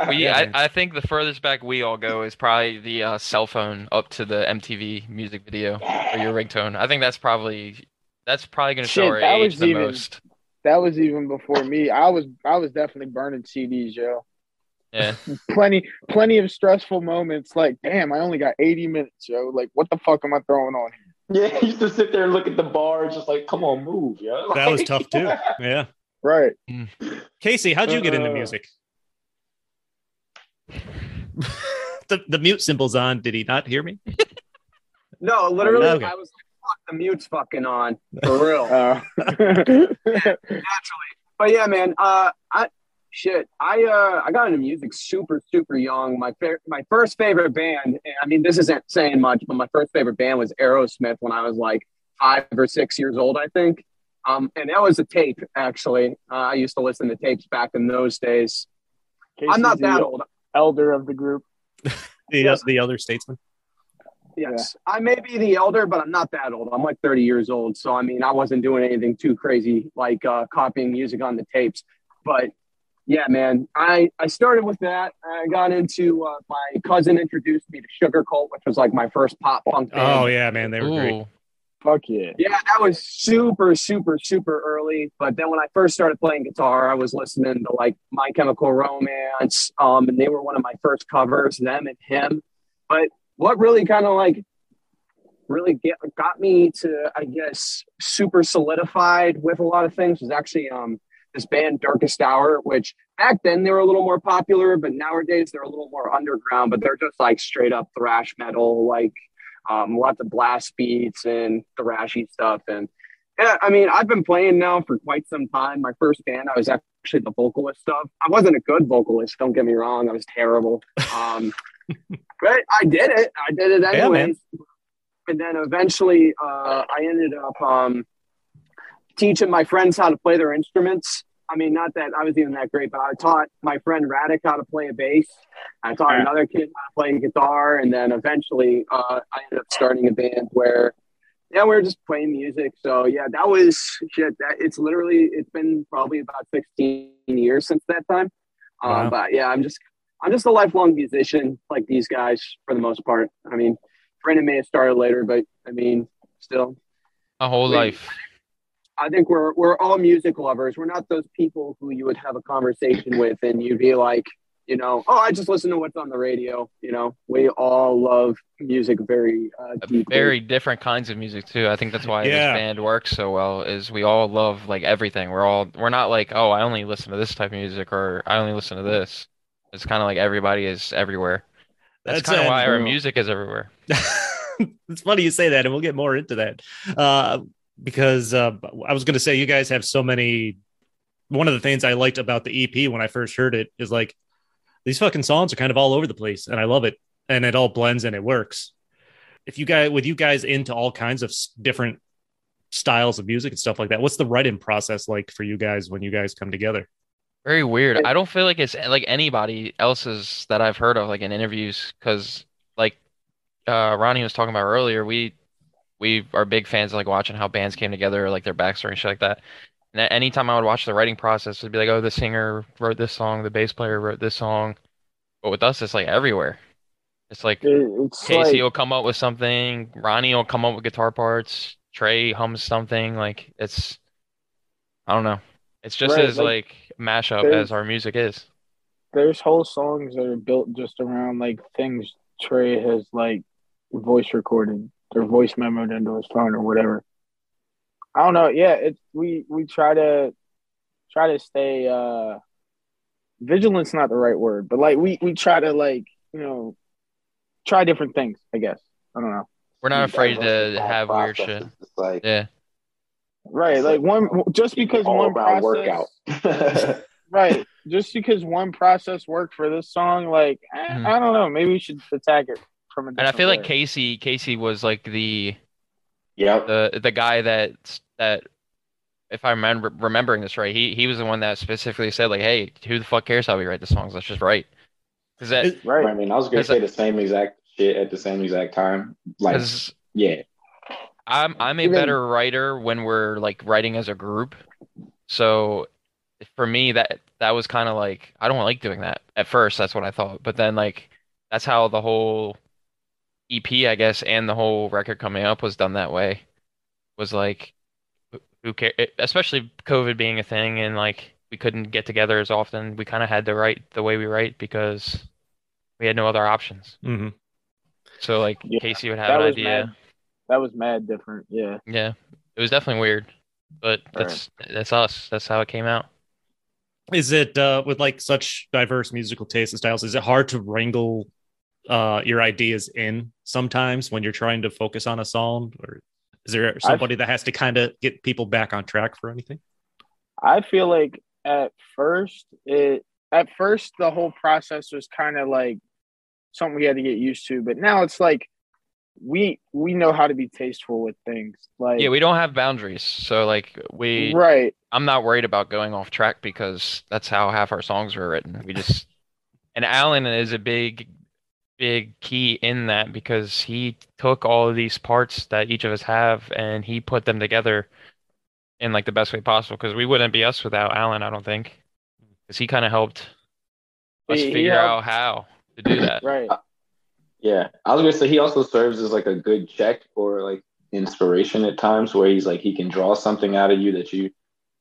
S2: We,
S1: Yeah,
S2: I,
S1: man.
S2: I think the furthest back we all go is probably the uh, cell phone up to the MTV music video or your ringtone. I think that's probably that's probably gonna show
S4: Shit,
S2: our
S4: that
S2: age
S4: was
S2: the
S4: even-
S2: most.
S4: That was even before me. I was I was definitely burning CDs, yo.
S2: Yeah.
S4: Plenty, plenty of stressful moments. Like, damn, I only got 80 minutes, yo. Like, what the fuck am I throwing on here?
S3: Yeah, he used to sit there and look at the bar, just like, come on, move, yo.
S1: That was
S3: Like,
S1: tough too. Yeah.
S4: Right.
S1: Casey, how'd you get into
S4: Uh.
S1: music? the, the mute symbol's on. Did he not hear me?
S5: No, literally,
S1: Okay.
S5: I was like, fuck, the mute's fucking on. For real.
S4: Uh,
S5: naturally. But yeah, man, uh, I shit, I uh, I got into music super super young. My fa- my first favorite band, and I mean this isn't saying much, but my first favorite band was Aerosmith when I was like five or six years old, I think. Um, and that was a tape actually. Uh, I used to listen to tapes back in those days. I'm not
S4: Casey's
S5: that
S4: the
S5: old.
S4: elder of the group.
S1: The, uh,
S5: Yes.
S1: the elder statesman.
S5: Yes, I may be the elder, but I'm not that old. I'm like 30 years old, so I mean, I wasn't doing anything too crazy like uh, copying music on the tapes. But yeah, man, I I started with that. I got into uh, my cousin introduced me to Sugar Cult, which was like my first pop punk. Band.
S1: Oh yeah, man, they were great.
S2: Ooh.
S4: Fuck yeah.
S5: Yeah, that was super, super, super early. But then when I first started playing guitar, I was listening to like My Chemical Romance, um, and they were one of my first covers, them and him. But what really kind of like really get, got me to, I guess, super solidified with a lot of things was actually um, this band Darkest Hour, which back then they were a little more popular, but nowadays they're a little more underground. But they're just like straight up thrash metal, like um, lots of blast beats and thrashy stuff. And yeah, I mean, I've been playing now for quite some time. My first band, I was actually the vocalist of. I wasn't a good vocalist. Don't get me wrong, I was terrible. Um, but I did it. I did it
S1: Yeah, man.
S5: anyways. and then eventually, uh, I ended up um, teaching my friends how to play their instruments. I mean, not that I was even that great, but I taught my friend Radic how to play a bass. I taught
S4: Yeah.
S5: another kid how to play guitar, and then eventually uh, I ended up starting a band where, yeah, we were just playing music. So yeah, that was shit. That it's literally it's been probably about sixteen years since that time. Um,
S1: Wow.
S5: But yeah, I'm just I'm just a lifelong musician, like these guys for the most part. I mean, Brandon may have started later, but I mean, still,
S2: A whole
S5: Wait.
S2: life.
S5: I think we're we're all music lovers. We're not those people who you would have a conversation with and you'd be like, you know, oh, I just listen to what's on the radio. You know, we all love music very uh, deeply.
S2: Very different kinds of music too. I think that's why
S1: Yeah.
S2: this band works so well. Is we all love like everything. We're all we're not like oh I only listen to this type of music or I only listen to this. It's kind of like everybody is everywhere. That's,
S1: That's uh,
S2: kind of
S1: it.
S2: why our
S4: True.
S2: music is everywhere.
S1: it's funny you say that, and we'll get more into that uh, because uh, I was going to say you guys have so many. One of the things I liked about the EP when I first heard it is like these fucking songs are kind of all over the place, and I love it, and it all blends and it works. If you guys, with you guys into all kinds of s- different styles of music and stuff like that, what's the writing process like for you guys when you guys come together?
S2: Very weird.
S5: It-
S2: I don't feel like it's like anybody else's that I've heard of, like in interviews, because like uh, Ronnie was talking about earlier, we we are big fans of like watching how bands came together, like their backstory and shit like that. And a- anytime I would watch the writing process, it'd be like, oh, the singer wrote this song, the bass player wrote this song. But with us, it's like everywhere. It's like
S4: It- it's
S2: Casey
S4: like,
S2: will come up with something, Ronnie will come up with guitar parts, Trey hums something, like it's I don't know. It's just
S4: Right,
S2: as
S4: like,
S2: like mashup
S4: there's-
S2: as our music is.
S4: there's whole songs that are built just around like things Trey has like voice recorded or voice memoed into his phone or whatever. I don't know. Yeah, it we we try to try to stay uh vigilant's not the right word, but like we we try to like, you know, try different things, I guess. I don't know.
S2: We're not afraid to
S3: Diversified
S2: have weird
S3: process
S2: shit.
S3: is just like
S2: Yeah.
S4: Right, like one just because
S3: all
S4: one
S3: around
S4: process
S3: workout.
S4: Right. Just because one process worked for this song, like eh,
S2: Mhm.
S4: I don't know, maybe we should attack it from a
S2: And I
S4: different
S2: feel like
S4: way.
S2: Casey Casey was like the
S3: yep.
S2: the the guy that that if I remember remembering this right, he he was the one that specifically said like, "Hey, who the fuck cares how we write the songs? Let's just write." Cuz that
S1: Is-
S4: right.
S3: I mean, I was gonna
S2: It's
S3: say the same exact shit at the same exact time. Like,
S2: 'cause
S3: yeah,
S2: I'm I'm a
S4: Even-
S2: better writer when we're like writing as a group. So for me that that was kind of like I don't like doing that. At first that's what I thought, but then like that's how the whole EP I guess and the whole record coming up was done that way. e, Was like who- who care especially COVID being a thing and like we couldn't get together as often. We kind of had to write the way we write because we had no other options.
S1: hmm
S2: So like
S4: Yeah,
S2: Casey would
S4: that
S2: have an
S4: was
S2: idea.
S4: mad. That was mad different. Yeah.
S2: Yeah, it was definitely weird, but that's that's us. That's how it came out.
S1: Is it uh, with like such diverse musical tastes and styles? Is it hard to wrangle uh, your ideas in sometimes when you're trying to focus on a song, or is there somebody that has to kind of get people back on track for anything?
S4: I feel like at first it at first the whole process was kind of like something we had to get used to, but now it's like we we know how to be tasteful with things. Like
S2: Yeah, we don't have boundaries, so like we,
S4: right.
S2: I'm not worried about going off track because that's how half our songs were written. We just, and Alan is a big, big key in that because he took all of these parts that each of us have and he put them together in like the best way possible. Because we wouldn't be us without Alan, I don't think, because he kind of helped us
S4: He- he
S2: figure out
S4: helped.
S2: how to do that.
S4: Right.
S5: Uh,
S3: Yeah, I was gonna say he also serves as like a good check or like inspiration at times where he's like he can draw something out of you that you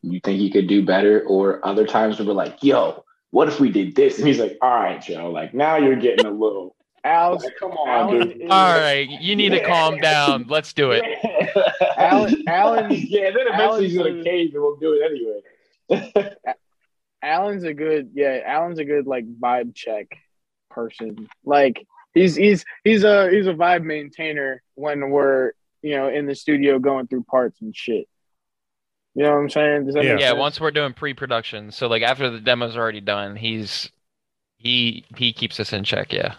S3: you think you could do better, or other times where we're like, yo, what if we did this? And he's like, all right, Joe, like now you're getting a little.
S4: Al's
S3: Like, come on,
S4: Alan
S3: dude.
S4: is-
S2: All right, you need to calm down. Let's do it.
S4: Alan- Alan-
S3: yeah, then eventually he's
S4: Alan-
S3: gonna cave and we'll do it anyway.
S4: Alan's a good yeah, Alan's a good like vibe check person. Like he's he's he's a he's a vibe maintainer when we're, you know, in the studio going through parts and shit. You know what I'm saying? Does that
S1: Yeah.
S4: make
S2: yeah
S4: sense?
S2: once we're doing pre-production so like after the demo's already done he's he he keeps us in check yeah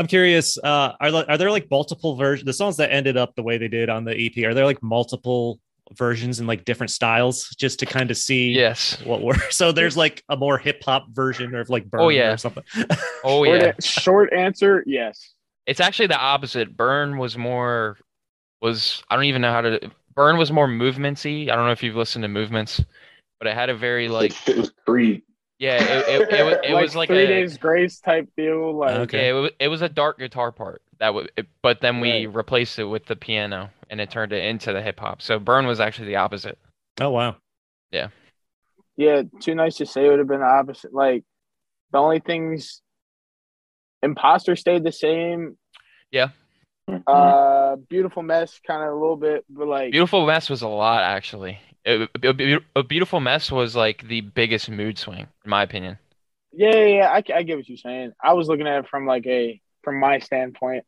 S1: I'm curious. Uh, are li- are there like multiple versions? The songs that ended up the way they did on the EP are there like multiple versions in like different styles just to kind of see
S2: yes
S1: what were so there's like a more hip hop version or like Burn
S2: Oh, yeah.
S1: or something.
S2: oh
S4: Short
S2: yeah
S4: a- short answer, yes.
S2: it's actually the opposite burn was more was i don't even know how to burn was more movementsy i don't know if you've listened to movements but it had a very like
S3: it was creed.
S2: yeah it, it, it, was- it was like
S4: three
S2: a
S4: days grace type deal. Like
S1: Okay.
S2: yeah it was, it was a dark guitar part that would it- but then we
S4: Right.
S2: replaced it with the piano and it turned it into the hip hop so burn was actually the opposite
S1: Oh wow.
S4: yeah, too nice to say would have been the opposite. Like the only things imposter stayed the same. Uh beautiful mess kind of a little bit, but like
S2: Mm-hmm. Beautiful Mess was a lot, actually. It- A, Beau- A Beautiful Mess was like the biggest mood swing, in my opinion.
S4: Yeah, yeah, yeah. I, I get what you're saying. I was looking at it from like a from my standpoint.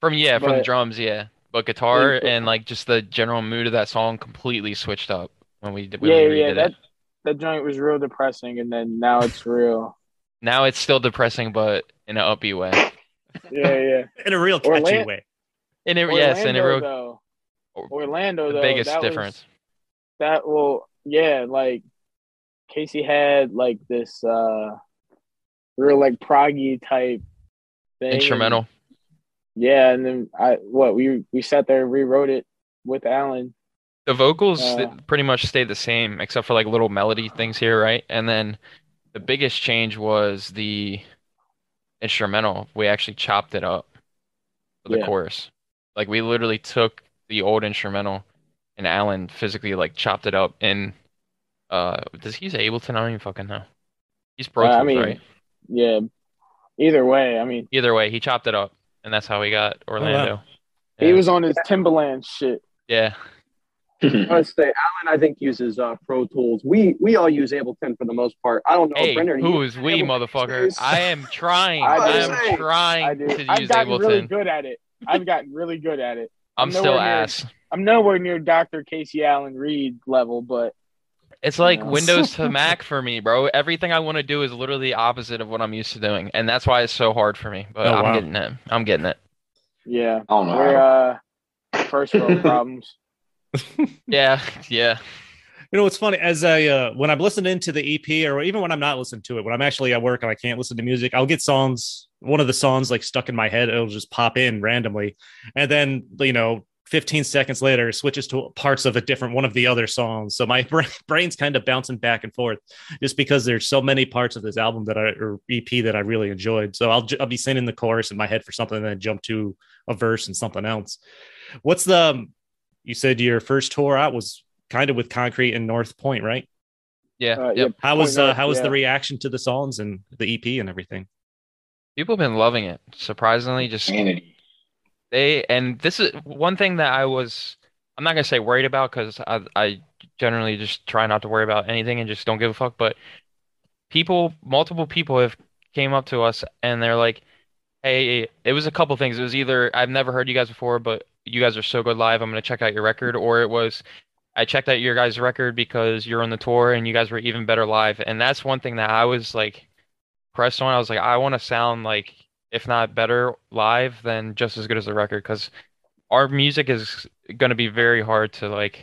S2: From yeah, from the
S4: But-
S2: drums, yeah, but guitar
S4: Yeah.
S2: and like just the general mood of that song completely switched up when we did when
S4: yeah,
S2: we
S4: yeah.
S2: redid
S4: That
S2: it.
S4: that joint was real depressing, and then now it's real.
S2: Now it's still depressing, but in an upbeat way.
S4: yeah, yeah.
S1: In a real catchy
S4: Orlan-
S1: way.
S2: In it, yes, in a real
S4: though. Orlando,
S2: the
S4: though.
S2: biggest
S4: that was-
S2: difference.
S4: that will, yeah, like Casey had like this uh real like proggy type thing.
S2: Instrumental.
S4: Yeah, and then I what we we sat there and rewrote it with Alan.
S2: The vocals
S4: Uh,
S2: th- pretty much stayed the same, except for like little melody things here, right? And then the biggest change was the instrumental. We actually chopped it up for the
S4: Yeah.
S2: chorus. Like we literally took the old instrumental and Alan physically like chopped it up in uh does he use Ableton? I don't even fucking know. He's Pro
S4: Uh, I
S2: Tools,
S4: mean-
S2: right?
S4: Yeah. Either way, I mean,
S2: Either way, he chopped it up and that's how we got Orlando.
S4: he
S2: Yeah.
S4: was on his Timberland shit.
S2: Yeah.
S5: I would say Alan, I think, uses uh, Pro Tools. We we all use Ableton for the most part. I don't
S4: Oh,
S5: know.
S2: Hey,
S5: Brenner,
S2: who
S5: you-
S2: is we,
S5: Ableton
S2: motherfucker?
S5: is-
S2: I am trying.
S4: I
S2: I, am
S4: do. I
S2: trying
S4: do.
S2: to use
S4: I've gotten
S2: Ableton.
S4: really good at it. I've gotten really good at it.
S2: I'm
S4: I'm
S2: still
S4: nowhere near-
S2: ass.
S4: I'm nowhere near Dr. Casey Allen Reed level, but
S2: It's like
S4: Yeah.
S2: Windows to Mac for me, bro. Everything I want to do is literally the opposite of what I'm used to doing, and that's why it's so hard for me. But
S1: Oh,
S2: I'm
S1: wow.
S2: getting it. I'm getting it.
S4: yeah,
S3: I don't know.
S4: we're uh, first world problems.
S2: Yeah, yeah.
S1: You know, it's funny as I uh, when I'm listening to the EP or even when I'm not listening to it, when I'm actually at work and I can't listen to music, I'll get songs. One of the songs like stuck in my head, it'll just pop in randomly, and then you know, 15 seconds later, it switches to parts of a different one of the other songs. So my bra- brain's kind of bouncing back and forth, just because there's so many parts of this album that I or EP that I really enjoyed. So I'll ju- I'll be singing the chorus in my head for something, and then jump to a verse and something else. What's um, the you said your first tour out was kind of with concrete and North Point, right?
S2: Yeah.
S4: Uh,
S2: yep.
S4: yeah.
S1: How was
S4: Point
S1: uh,
S4: out,
S1: how was
S4: yeah.
S1: the reaction to the songs and the EP and everything?
S2: People have been loving it. Surprisingly, just
S3: Insanity.
S2: they and this is one thing that I was I'm not gonna say worried about because I I generally just try not to worry about anything and just don't give a fuck. But people, multiple people have came up to us and they're like, "Hey, it was a couple things. It was either I've never heard you guys before, but you guys are so good live. I'm gonna check out your record," or it was. I checked out your guys' record because you're on the tour and you guys were even better live. And that's one thing that I was like pressed on. I was like, I want to sound like, if not better live, then just as good as the record because our music is going to be very hard to like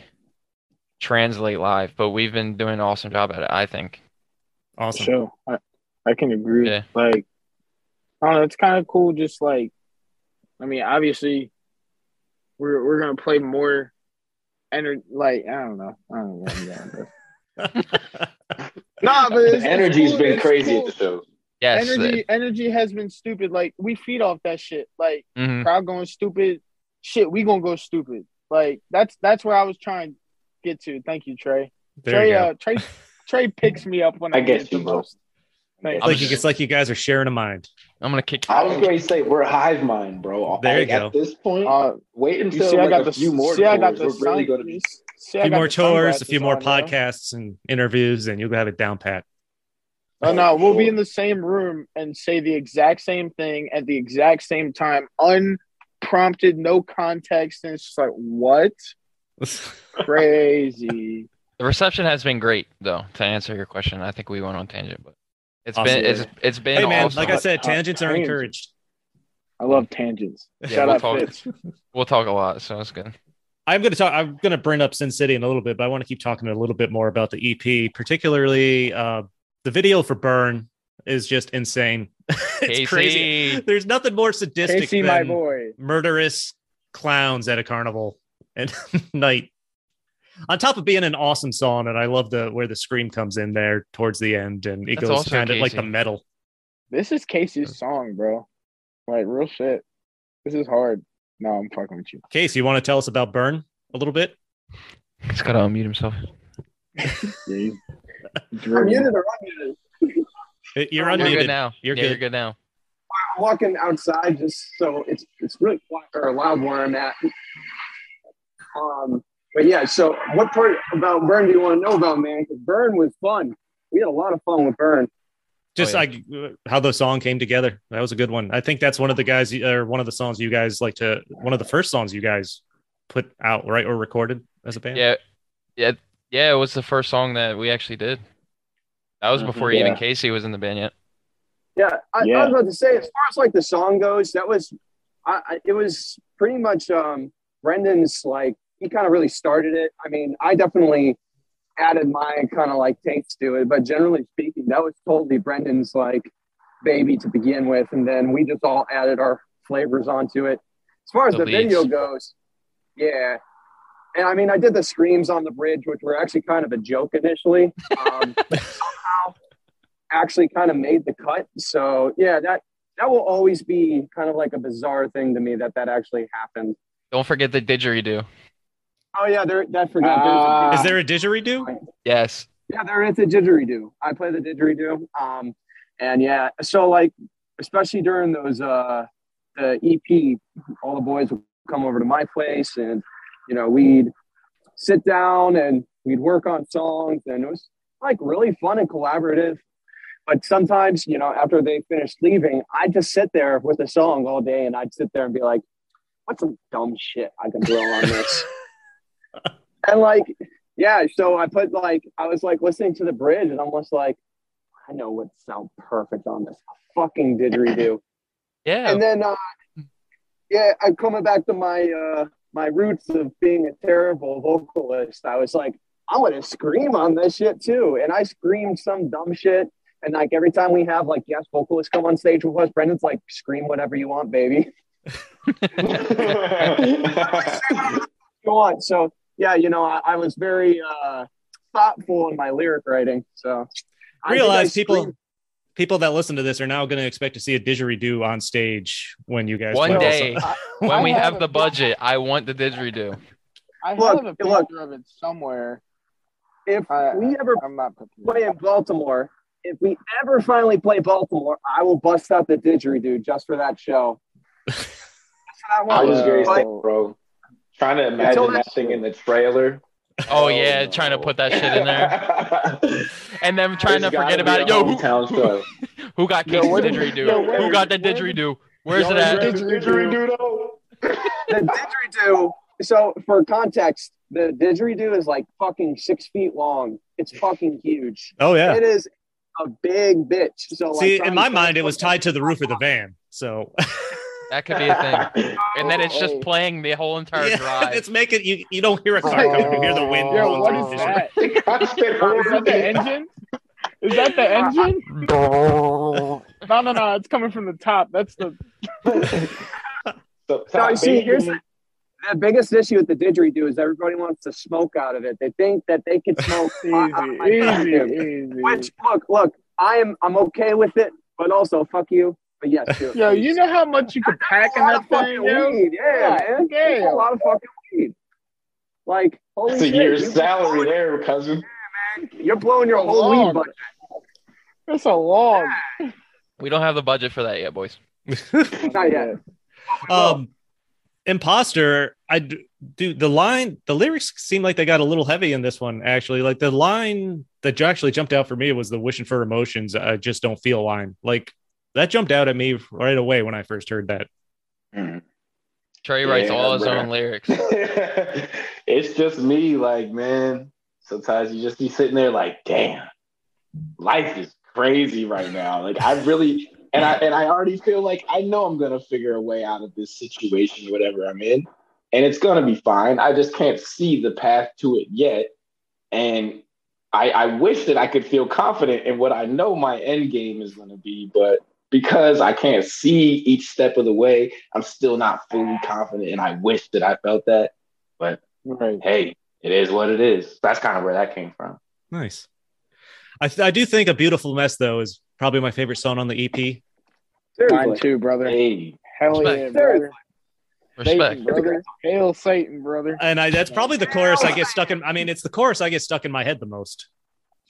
S2: translate live, but we've been doing an awesome job at it, I think.
S1: Awesome.
S4: So I, I can agree.
S2: Yeah.
S4: Like, I don't know. It's kind of cool. Just like, I mean, obviously, we're we're gonna play more. Ener- like I don't know. I don't know. nah, but it's,
S3: The energy's
S4: has
S3: been crazy at the show.
S2: Yes.
S4: Energy, energy has been stupid. Like we feed off that shit. Like
S1: Hmm.
S2: Mhm.
S4: crowd going stupid. Shit, we gonna go stupid. Like that's that's where I was trying to get to. Thank you, Trey.
S1: There
S4: Trey,
S1: you go.
S4: Uh, Trey, Trey picks me up when I,
S3: I guess
S4: get the
S3: you will.
S4: most. Thank
S1: It's like, you, it's like you guys are sharing a mind.
S2: I'm going to kick.
S3: I was going to say we're a hive mind, bro.
S1: There you
S3: Like,
S1: go.
S3: At this point,
S4: Uh,
S3: wait
S4: You
S3: until
S4: see, I
S3: like,
S4: got
S3: a
S4: the
S3: few more
S4: See, I got the
S3: tours. We're really
S4: sun-
S3: going to be.
S4: see,
S1: A
S4: I
S1: few
S4: got
S1: more
S4: the
S1: tours, a few
S4: sunglasses
S1: more
S4: on, bro.
S1: podcasts and interviews, and you'll have it down pat.
S4: Oh no, we'll be in the same room and say the exact same thing at the exact same time, unprompted, no context, and it's just like what crazy.
S2: The reception has been great, though, to answer your question. I think we went on tangent, but it's
S1: Awesome.
S2: been, it's, it's been
S1: hey man,
S2: awesome.
S1: like I said, tangents are
S4: Tangents.
S1: encouraged.
S4: I love tangents.
S2: Yeah,
S4: Shout
S2: we'll
S4: out
S2: talk.
S4: Fitz.
S2: We'll talk a lot, so it's good.
S1: I'm gonna talk. I'm gonna bring up Sin City in a little bit, but I want to keep talking a little bit more about the EP, particularly uh, the video for Burn is just insane. it's crazy.
S2: Casey,
S1: There's nothing more sadistic
S4: Casey, my
S1: than
S4: boy.
S1: murderous clowns at a carnival and night. On top of being an awesome song, and I love the where the scream comes in there towards the end, and it
S2: That's
S1: goes
S2: also
S1: kind of like the
S2: Casey.
S1: metal.
S4: This is Casey's song, bro. Like real shit. This is hard. No, I'm fucking with you.
S1: Case, you want to tell us about Burn a little bit?
S2: he's got to unmute himself.
S4: Yeah, you-
S5: I'm
S4: driven.
S5: muted or unmuted.
S1: You're
S5: Oh, we're
S2: You're
S1: unmuted.
S2: good now.
S1: You're
S2: yeah,
S1: good.
S2: You're good now.
S5: I'm walking outside just so it's it's really quiet or loud where I'm at. Um, but yeah, so what part about Burn do you want to know about, man? 'Cause Burn was fun. We had a lot of fun with Burn.
S1: just
S2: Oh,
S1: like uh, how the song came together. That was a good one. I think that's one of the guys or one of the songs you guys like to one of the first songs you guys put out, right? Or recorded as a band.
S2: Yeah, yeah, yeah. It was the first song that we actually did. That was
S3: Mhm.
S2: before
S3: Yeah.
S2: even Casey was in the band yet.
S5: Yeah, I, I
S4: Yeah.
S5: was about to say, as far as like the song goes, that was, I, I it was pretty much um, Brendan's. Like he kind of really started it. I mean, I definitely added my kind of like takes to it, but generally speaking, that was totally Brendan's like baby to begin with, and then we just all added our flavors onto it. As far as
S2: The
S5: the
S2: leads.
S5: video goes, yeah. And I mean, I did the screams on the bridge, which were actually kind of a joke initially. Um, somehow, actually, kind of made the cut. So yeah, that that will always be kind of like a bizarre thing to me that that actually happened.
S2: Don't forget the didgeridoo.
S5: Oh yeah, there. That forgot.
S4: Ah.
S1: Is there a didgeridoo?
S2: Yes.
S5: Yeah, there is a didgeridoo. I play the didgeridoo. Um, and yeah, so like, especially during those uh, the EP, all the boys would come over to my place, and you know we'd sit down and we'd work on songs, and it was like really fun and collaborative. But sometimes, you know, after they finished leaving, I'd just sit there with a song all day, and I'd sit there and be like, "What's some dumb shit I can throw on this?" and like, yeah, so I put like I was like listening to the bridge and almost like I know what sound perfect on this fucking didgeridoo.
S2: Yeah.
S5: and then uh, yeah, I'm coming back to my uh, my roots of being a terrible vocalist. I was like, I'm gonna scream on this shit too, and I screamed some dumb shit. And like every time we have like guest vocalists come on stage with us, Brendan's like, scream whatever you want, baby. you want. So yeah, you know, I, I was very uh, thoughtful in my lyric writing. So I think I
S1: Realize people
S5: screamed-
S1: people that listen to this are now going to expect to see a didgeridoo on stage when you guys
S2: One
S1: play the
S2: day,
S1: song.
S2: when we
S4: I
S2: have
S4: have
S2: the
S4: a-
S2: budget, I want the didgeridoo.
S4: I
S5: Look,
S4: have a picture
S5: look.
S4: of it somewhere.
S5: if
S4: I,
S5: we ever
S4: I'm not prepared.
S5: play in Baltimore, if we ever finally play Baltimore, I will bust out the didgeridoo just for that show. Just for that
S3: I
S5: one.
S3: was
S4: Uh,
S3: very
S5: But-
S3: slow, bro. Trying to
S5: Until
S3: imagine
S5: that-
S3: that thing in the trailer.
S2: Oh, yeah, trying to put that shit in there.
S3: there.
S2: And then trying to forget about it. Yo, who, who, who got
S4: Yo,
S2: Casey's
S4: where did-
S2: didgeridoo?
S4: yo, where-
S2: who got the
S4: where-
S2: didgeridoo? Where's
S4: Yo,
S2: it at?
S4: where-
S5: the didgeridoo. So for context, the didgeridoo is like fucking six feet long. It's fucking huge.
S1: Oh yeah.
S5: It is a big bitch. So like,
S1: See,
S5: trying
S1: in my
S5: to-
S1: mind, it was tied to the roof of the van. So
S2: That could be a thing. And then it's
S4: Oh.
S2: just playing the whole entire
S1: yeah,
S2: drive.
S1: it's making you you don't hear a car coming, you hear the wind. blowing
S4: Yo, Oh. what
S1: through
S4: is
S1: the
S4: that?
S1: shit.
S4: Is that the engine? Is that the engine? No, no, no. It's coming from the top. That's the.
S3: So,
S5: No, you see, here's the, the biggest issue with the didgeridoo is everybody wants to smoke out of it. They think that they can smoke pot out of my
S4: Easy,
S5: didgeridoo.
S4: easy, easy.
S5: Which look, look, I am I'm okay with it, but also fuck you. But yes, do it.
S4: Yo, you know how much you could pack
S5: That's
S4: in
S5: a lot
S4: that
S5: of
S4: thing,
S5: fucking
S4: yo?
S5: weed. Yeah,
S4: Yeah,
S5: man. That's
S4: yeah.
S5: a lot of fucking weed. Like holy
S3: It's a
S5: shit,
S3: year's
S5: you-
S3: salary there, cousin.
S5: You're blowing your whole
S4: Long.
S5: weed budget.
S4: That's a log.
S2: We don't have the budget for that yet, boys.
S5: Not yet.
S1: um imposter i d- do the line the lyrics seem like they got a little heavy in this one actually like the line that ju- actually jumped out for me was the wishing for emotions i just don't feel line like that jumped out at me right away when i first heard that
S2: Trey writes
S3: Yeah,
S2: all his
S3: bruh.
S2: own lyrics.
S3: it's just me, like, man. Sometimes you just be sitting there like, damn, life is crazy right now. Like I really and I and I already feel like I know I'm gonna figure a way out of this situation, whatever I'm in. And it's gonna be fine. I just can't see the path to it yet. And I, I wish that I could feel confident in what I know my end game is gonna be, but because I can't see each step of the way, I'm still not fully confident. And I wish that I felt that. But
S4: Right.
S3: hey, it is what it is. That's kind of where that came from.
S1: nice i, th- I do think a beautiful mess though is probably my favorite song on the E ep
S4: Mine
S5: Seriously.
S4: too, brother.
S3: Hey,
S4: Hell yeah,
S2: Respect.
S4: brother.
S2: Respect.
S4: Satan, brother. Hail Satan, brother.
S1: and i that's probably the chorus i get stuck in i mean it's the chorus i get stuck in my head the most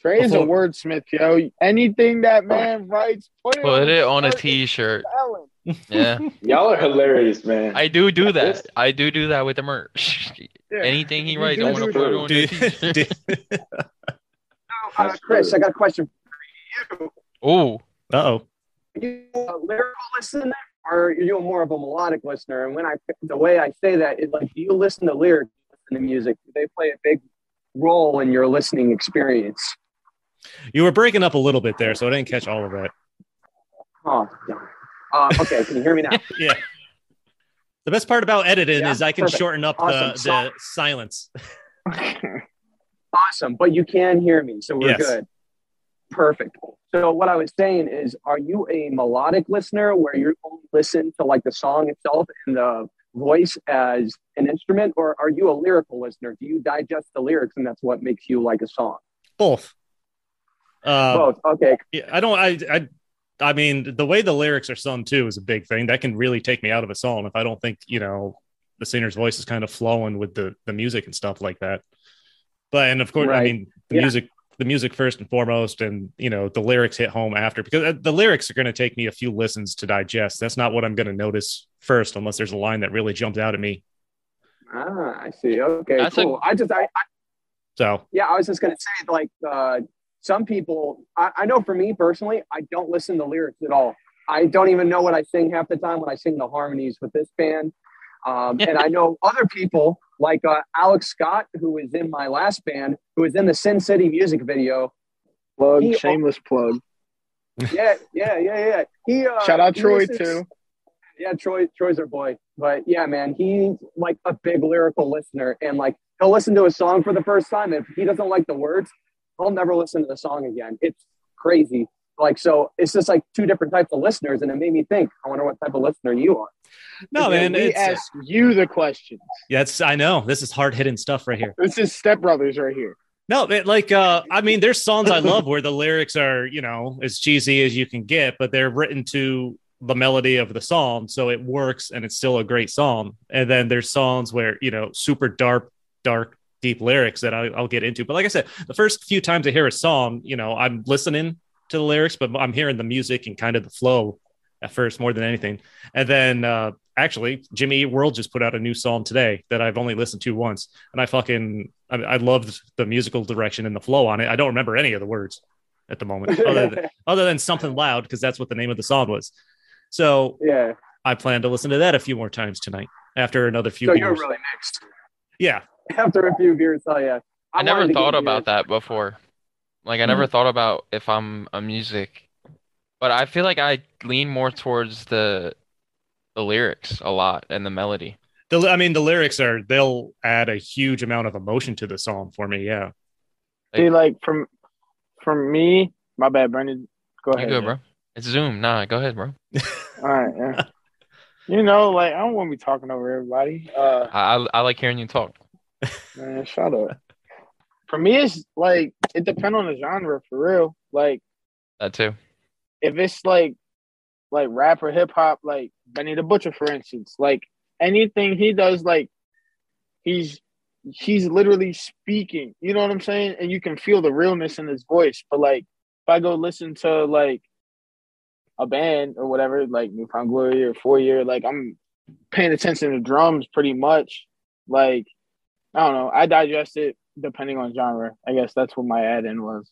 S4: Trey's a
S1: Before-
S4: wordsmith, yo. Anything that man writes, put it,
S2: Put it on a
S4: fucking
S2: t-shirt.
S4: ballot.
S2: Yeah.
S3: y'all are hilarious, man.
S2: I do do that. I do do that with the merch.
S4: Yeah.
S2: Anything he
S4: You
S2: writes,
S4: do
S2: I
S3: do
S2: want to
S3: it.
S2: put it on
S1: Do-
S2: the t-shirt.
S1: do-
S5: Uh, Chris, I got a question
S2: Oh,
S1: uh-oh
S5: Are you a lyrical listener or are you more of a melodic listener? And when I, the way I say that is like, do you listen to lyrics, listen to music? Do they play a big role in your listening experience?
S1: you were breaking up a little bit there so i didn't catch all of that
S5: Oh, darn. Uh, okay, can you hear me now?
S1: yeah. The best part about editing
S5: Yeah,
S1: is I can
S5: perfect.
S1: shorten up
S5: Awesome.
S1: the,
S5: So-
S1: the silence.
S5: awesome, but you can hear me, so we're
S1: Yes.
S5: good. Perfect. So what I was saying is, are you a melodic listener where you only listen to like the song itself and the voice as an instrument, or are you a lyrical listener? Do you digest the lyrics and that's what makes you like a song?
S1: Both. Uh,
S5: Both. Okay.
S1: yeah, I don't. I, I. I mean, the way the lyrics are sung too is a big thing. That can really take me out of a song if I don't think you know the singer's voice is kind of flowing with the the music and stuff like that. But and of course, I
S5: Right.
S1: mean, the
S5: Yeah.
S1: music, the music first and foremost, and you know the lyrics hit home after because uh, the lyrics are going to take me a few listens to digest. That's not what I'm going to notice first, unless there's a line that really jumped out at me.
S5: Ah, I see. Okay.
S2: That's a-
S5: cool. I just I,
S1: So
S5: yeah, I was just gonna say like uh, some people. I, I know for me personally, I don't listen to lyrics at all. I don't even know what I sing half the time when I sing the harmonies with this band. Um, and I know other people like uh, Alex Scott, who was in my last band, who was in the Sin City music video.
S4: Plug,
S5: He-
S4: shameless plug.
S5: Yeah, yeah, yeah, yeah. He uh,
S4: Shout out
S5: he
S4: Troy
S5: listens-
S4: too.
S5: yeah, Troy, Troy's our boy. But yeah, man, he's like a big lyrical listener, and like he'll listen to a song for the first time. If he doesn't like the words, he'll never listen to the song again. It's crazy. Like so, it's just like two different types of listeners, and it made me think. I wonder what type of listener you are.
S1: no, man.
S4: we
S1: It's,
S2: uh,
S4: ask you the question.
S1: Yeah, it's, I know this is hard hitting stuff right here.
S4: This is Step Brothers right here.
S1: No, it, like uh, I mean, there's songs I love where the lyrics are, you know, as cheesy as you can get, but they're written to the melody of the song, so it works and it's still a great song. And then there's songs where you know, super dark, dark, deep lyrics that I, I'll get into. But like I said, the first few times I hear a song, you know, I'm listening to the lyrics, but I'm hearing the music and kind of the flow at first more than anything. And then uh, actually, Jimmy Eat World just put out a new song today that I've only listened to once, and I fucking I, I loved the musical direction and the flow on it. I don't remember any of the words at the moment, other than, other than something loud because that's what the name of the song was. So
S4: Yeah.
S1: I plan to listen to that a few more times tonight after another few.
S5: So you're
S1: beers.
S5: really mixed.
S1: yeah,
S5: After a few beers, oh yeah.
S2: I never
S5: wanted to
S2: thought
S5: get
S2: about that before. Like I never
S4: Mm-hmm.
S2: thought about if I'm a music, but I feel like I lean more towards the the lyrics a lot and the melody.
S1: the, I mean the lyrics are they'll add a huge amount of emotion to the song for me. Yeah,
S4: See, like from from me, my bad, Brendan. Go
S2: You
S4: ahead.
S2: good, bro? It's Zoom. Nah, go ahead, bro.
S4: All right. Yeah. you know, like I don't want to be talking over everybody. Uh,
S2: I I, I like hearing you talk.
S4: man, shut up. For me, it's like it depends on the genre for real. Like
S2: That too.
S4: if it's like like rap or hip hop, like Benny the Butcher, for instance, like anything he does, like he's he's literally speaking. You know what I'm saying? And you can feel the realness in his voice. But like if I go listen to like a band or whatever, like Newfound Glory or Four Year, like I'm paying attention to drums pretty much. Like I don't know, I digest it depending on genre. I guess that's what my add in was.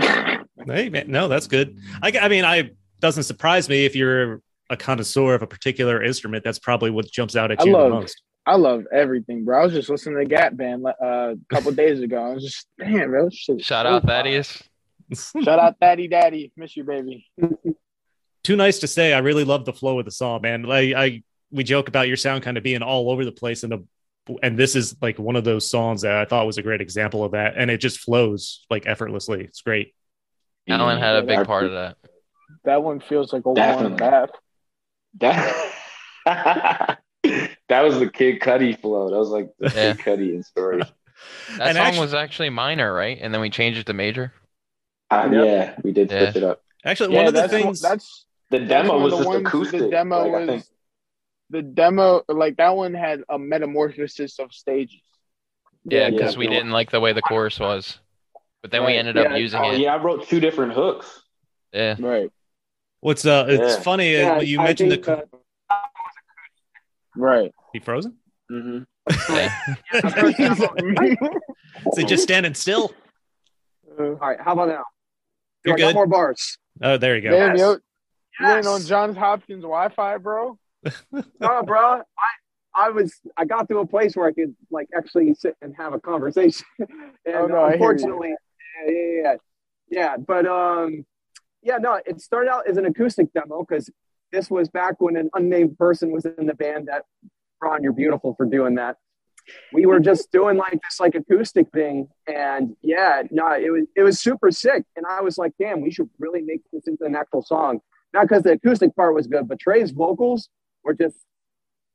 S1: hey man, no, that's good. I, I mean, I doesn't surprise me if you're a connoisseur of a particular instrument. That's probably what jumps out at
S4: I
S1: you the
S4: love-
S1: most.
S4: I love everything, bro. I was just listening to Gap Band uh, a couple days ago. I was just, damn, bro. Shit,
S2: Shout
S4: so
S2: out
S4: fire.
S2: Thaddeus.
S4: Shout out Thaddy Daddy. Miss you, baby.
S1: too nice to say. I really love the flow of the song, man. Like I, we joke about your sound kind of being all over the place, and the, and this is like one of those songs that I thought was a great example of that, and it just flows like effortly. It's great.
S2: Alan had a big
S3: I-
S2: part of that.
S4: That one feels like a warm
S3: Definitely.
S4: bath.
S3: That that was the Kid Cudi flow. That was like the
S2: Yeah.
S3: Kid Cudi inspiration.
S2: That song was actually minor, right? And then we changed it to major.
S3: Uh,
S4: Yep.
S3: yeah, we did switch it up.
S1: actually
S4: Yeah,
S1: one of the
S4: that's one-
S1: things.
S4: that's
S3: The
S4: that's
S3: demo
S4: one
S3: was
S4: of the
S3: just
S4: ones-
S3: acoustic.
S4: The demo
S3: Like, I
S4: was
S3: think-
S4: the demo like that one had a metamorphosis of stages.
S2: Yeah,
S3: yeah,
S2: because we
S3: yeah.
S2: didn't like the way the chorus was, but then we
S4: Right.
S2: ended up
S5: Yeah,
S2: using
S3: oh,
S2: it.
S3: yeah, I wrote two different hooks.
S2: Yeah,
S4: Right.
S1: what's uh? It's
S3: Yeah.
S1: funny. uh,
S5: Yeah,
S1: you
S5: I
S1: mentioned
S5: think,
S1: the.
S5: uh,
S4: Right.
S1: he frozen?
S4: Mm-hmm.
S3: Mhm.
S2: yeah.
S1: Is he just standing still?
S5: all right, how about now?
S1: You're
S5: Do I got
S1: good.
S5: more bars.
S1: Oh, there you go.
S4: Damn, yo, you
S5: Yes.
S4: ain't on Johns Hopkins Wi-Fi, bro.
S5: no, bro. I I was I got to a place where I could like actually sit and have a conversation. and
S4: Oh, no, I hear you.
S5: unfortunately, yeah, yeah, yeah, yeah. But um, yeah, no. It started out as an acoustic demo because this was back when an unnamed person was in the band. That Ron, you're beautiful for doing that. We were just doing like this like acoustic thing, and yeah, no, it was it was super sick. And I was like, damn, we should really make this into an actual song. Not because the acoustic part was good, but Trey's vocals were just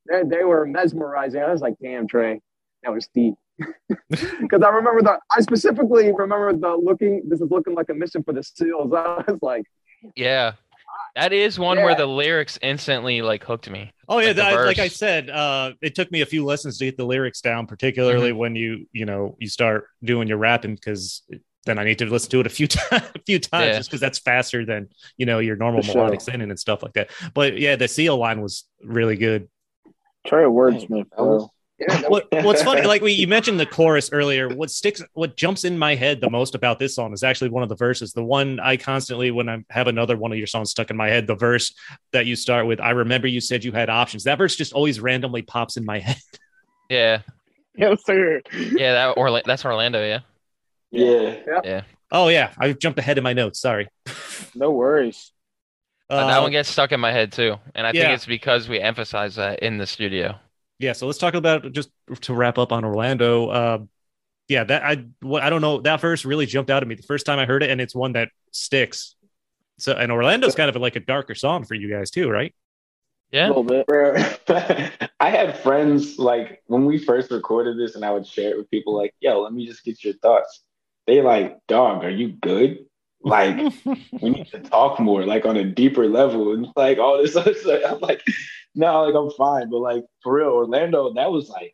S5: they, they were mesmerizing. I was like, damn, Trey, that was deep. Because I remember the, I specifically remember the looking, this is looking like a mission for the SEALs. I was like,
S2: yeah. That is one where
S5: Yeah.
S2: the lyrics instantly like hooked me.
S1: Oh yeah,
S2: Like the
S1: that- like
S2: verse.
S1: I said, uh, it took me a few lessons to get the lyrics down, particularly
S2: Mm-hmm.
S1: when you you know you start doing your rapping because then I need to listen to it a few times, a few times,
S2: Yeah.
S1: just because that's faster than you know your normal
S4: For sure.
S1: melodic singing and stuff like that. But yeah, the seal line was really good.
S4: Try a wordsmith,
S3: That was-
S4: bro.
S5: yeah, that was
S1: What, what's funny, like we you mentioned the chorus earlier. What sticks, what jumps in my head the most about this song is actually one of the verses. The one I constantly, when I have another one of your songs stuck in my head, the verse that you start with, "I remember you said you had options." That verse just always randomly pops in my head.
S2: Yeah,
S4: Yes, sir.
S2: yeah. That or that's Orlando. Yeah.
S3: yeah.
S1: Oh yeah, I jumped ahead in my notes. Sorry.
S4: No worries.
S2: Uh, that
S1: Uh,
S2: one gets stuck in my head too, and I
S1: yeah.
S2: think it's because we emphasize that in the studio.
S1: yeah, so let's talk about just to wrap up on Orlando. Uh, yeah, that I what I don't know that verse really jumped out at me the first time I heard it, and it's one that sticks. So and Orlando's kind of like a darker song for you guys too, right?
S4: A
S2: Yeah,
S4: little bit.
S3: Bro, I had friends like when we first recorded this, and I would share it with people. Like, yo, let me just get your thoughts. They like, dog, are you good? Like, we need to talk more, like on a deeper level, and like all this other stuff. I'm like, no, like I'm fine, but like for real, Orlando, that was like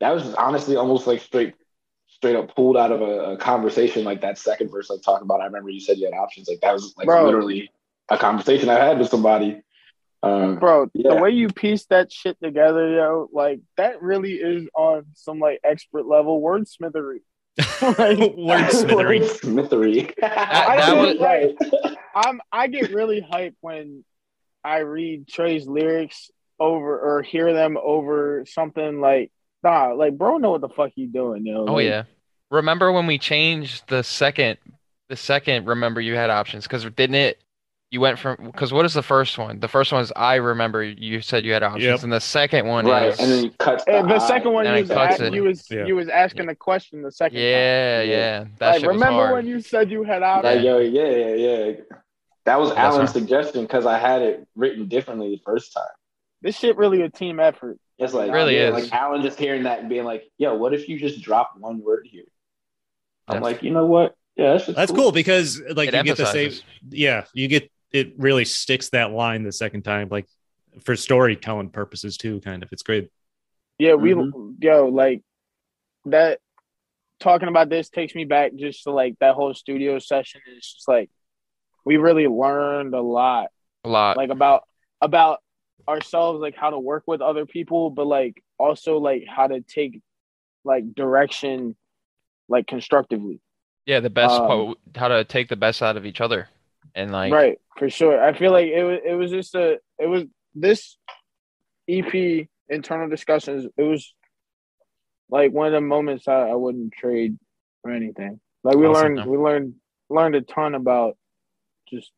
S3: that was honestly almost like straight straight up pulled out of a, a conversation like that second verse I was talking about. I remember you said you had options. Like that was like
S4: Bro.
S3: literally a conversation I had with somebody. Um,
S4: Bro,
S3: Yeah.
S4: the way you piece that shit together, yo, like that really is on some like expert level wordsmithery. like,
S1: Wordsmithery.
S3: Smithery.
S2: that was-
S3: right.
S4: I'm I get really hyped when I read Trey's lyrics over or hear them over something like nah, like bro know what the fuck he doing, yo.
S2: Oh
S4: Like,
S2: yeah. Remember when we changed the second the second remember you had options because didn't it you went from because what is the first one? The first one is I remember you said you had options
S1: Yep.
S2: and the second one
S3: Right.
S2: is
S3: And then cuts.
S4: And eh, the
S3: eye.
S4: second one
S2: And
S4: you
S2: it
S4: was,
S2: cuts
S4: a-
S2: it.
S4: you was
S1: Yeah.
S4: you was asking a question the second time.
S2: yeah,
S3: Yeah.
S2: yeah. That
S4: Like
S2: shit was
S4: remember
S2: hard.
S4: when you said you had out
S3: Like, yo, yeah, yeah, yeah. That was
S2: That's hard.
S3: Alan's suggestion because I had it written differently the first time.
S4: this shit really a team effort.
S3: It's like
S2: It really
S3: yeah,
S2: is.
S3: Like Alan just hearing that and being like, "Yo, what if you just drop one word here?" I'm
S2: That's-
S3: like, you know what? Yeah, that's, just
S1: That's cool because like
S2: It
S1: you get the same.
S2: emphasizes.
S1: Yeah, you get it. Really sticks that line the second time, like for storytelling purposes too. Kind of, it's great.
S4: Yeah, we yo like that. Talking about this takes me back just to like that whole studio session. It's just like we really learned a lot,
S2: a lot.
S4: like about about ourselves, like how to work with other people, but like also like how to take like direction, like constructively.
S2: yeah, the best
S4: um,
S2: part how to take the best out of each other. And like
S4: right, for sure. I feel like it was it was just a it was this EP internal discussions. It was like one of the moments I, I wouldn't trade for anything. Like we
S2: Awesome,
S4: learned
S2: man.
S4: we learned learned a ton about just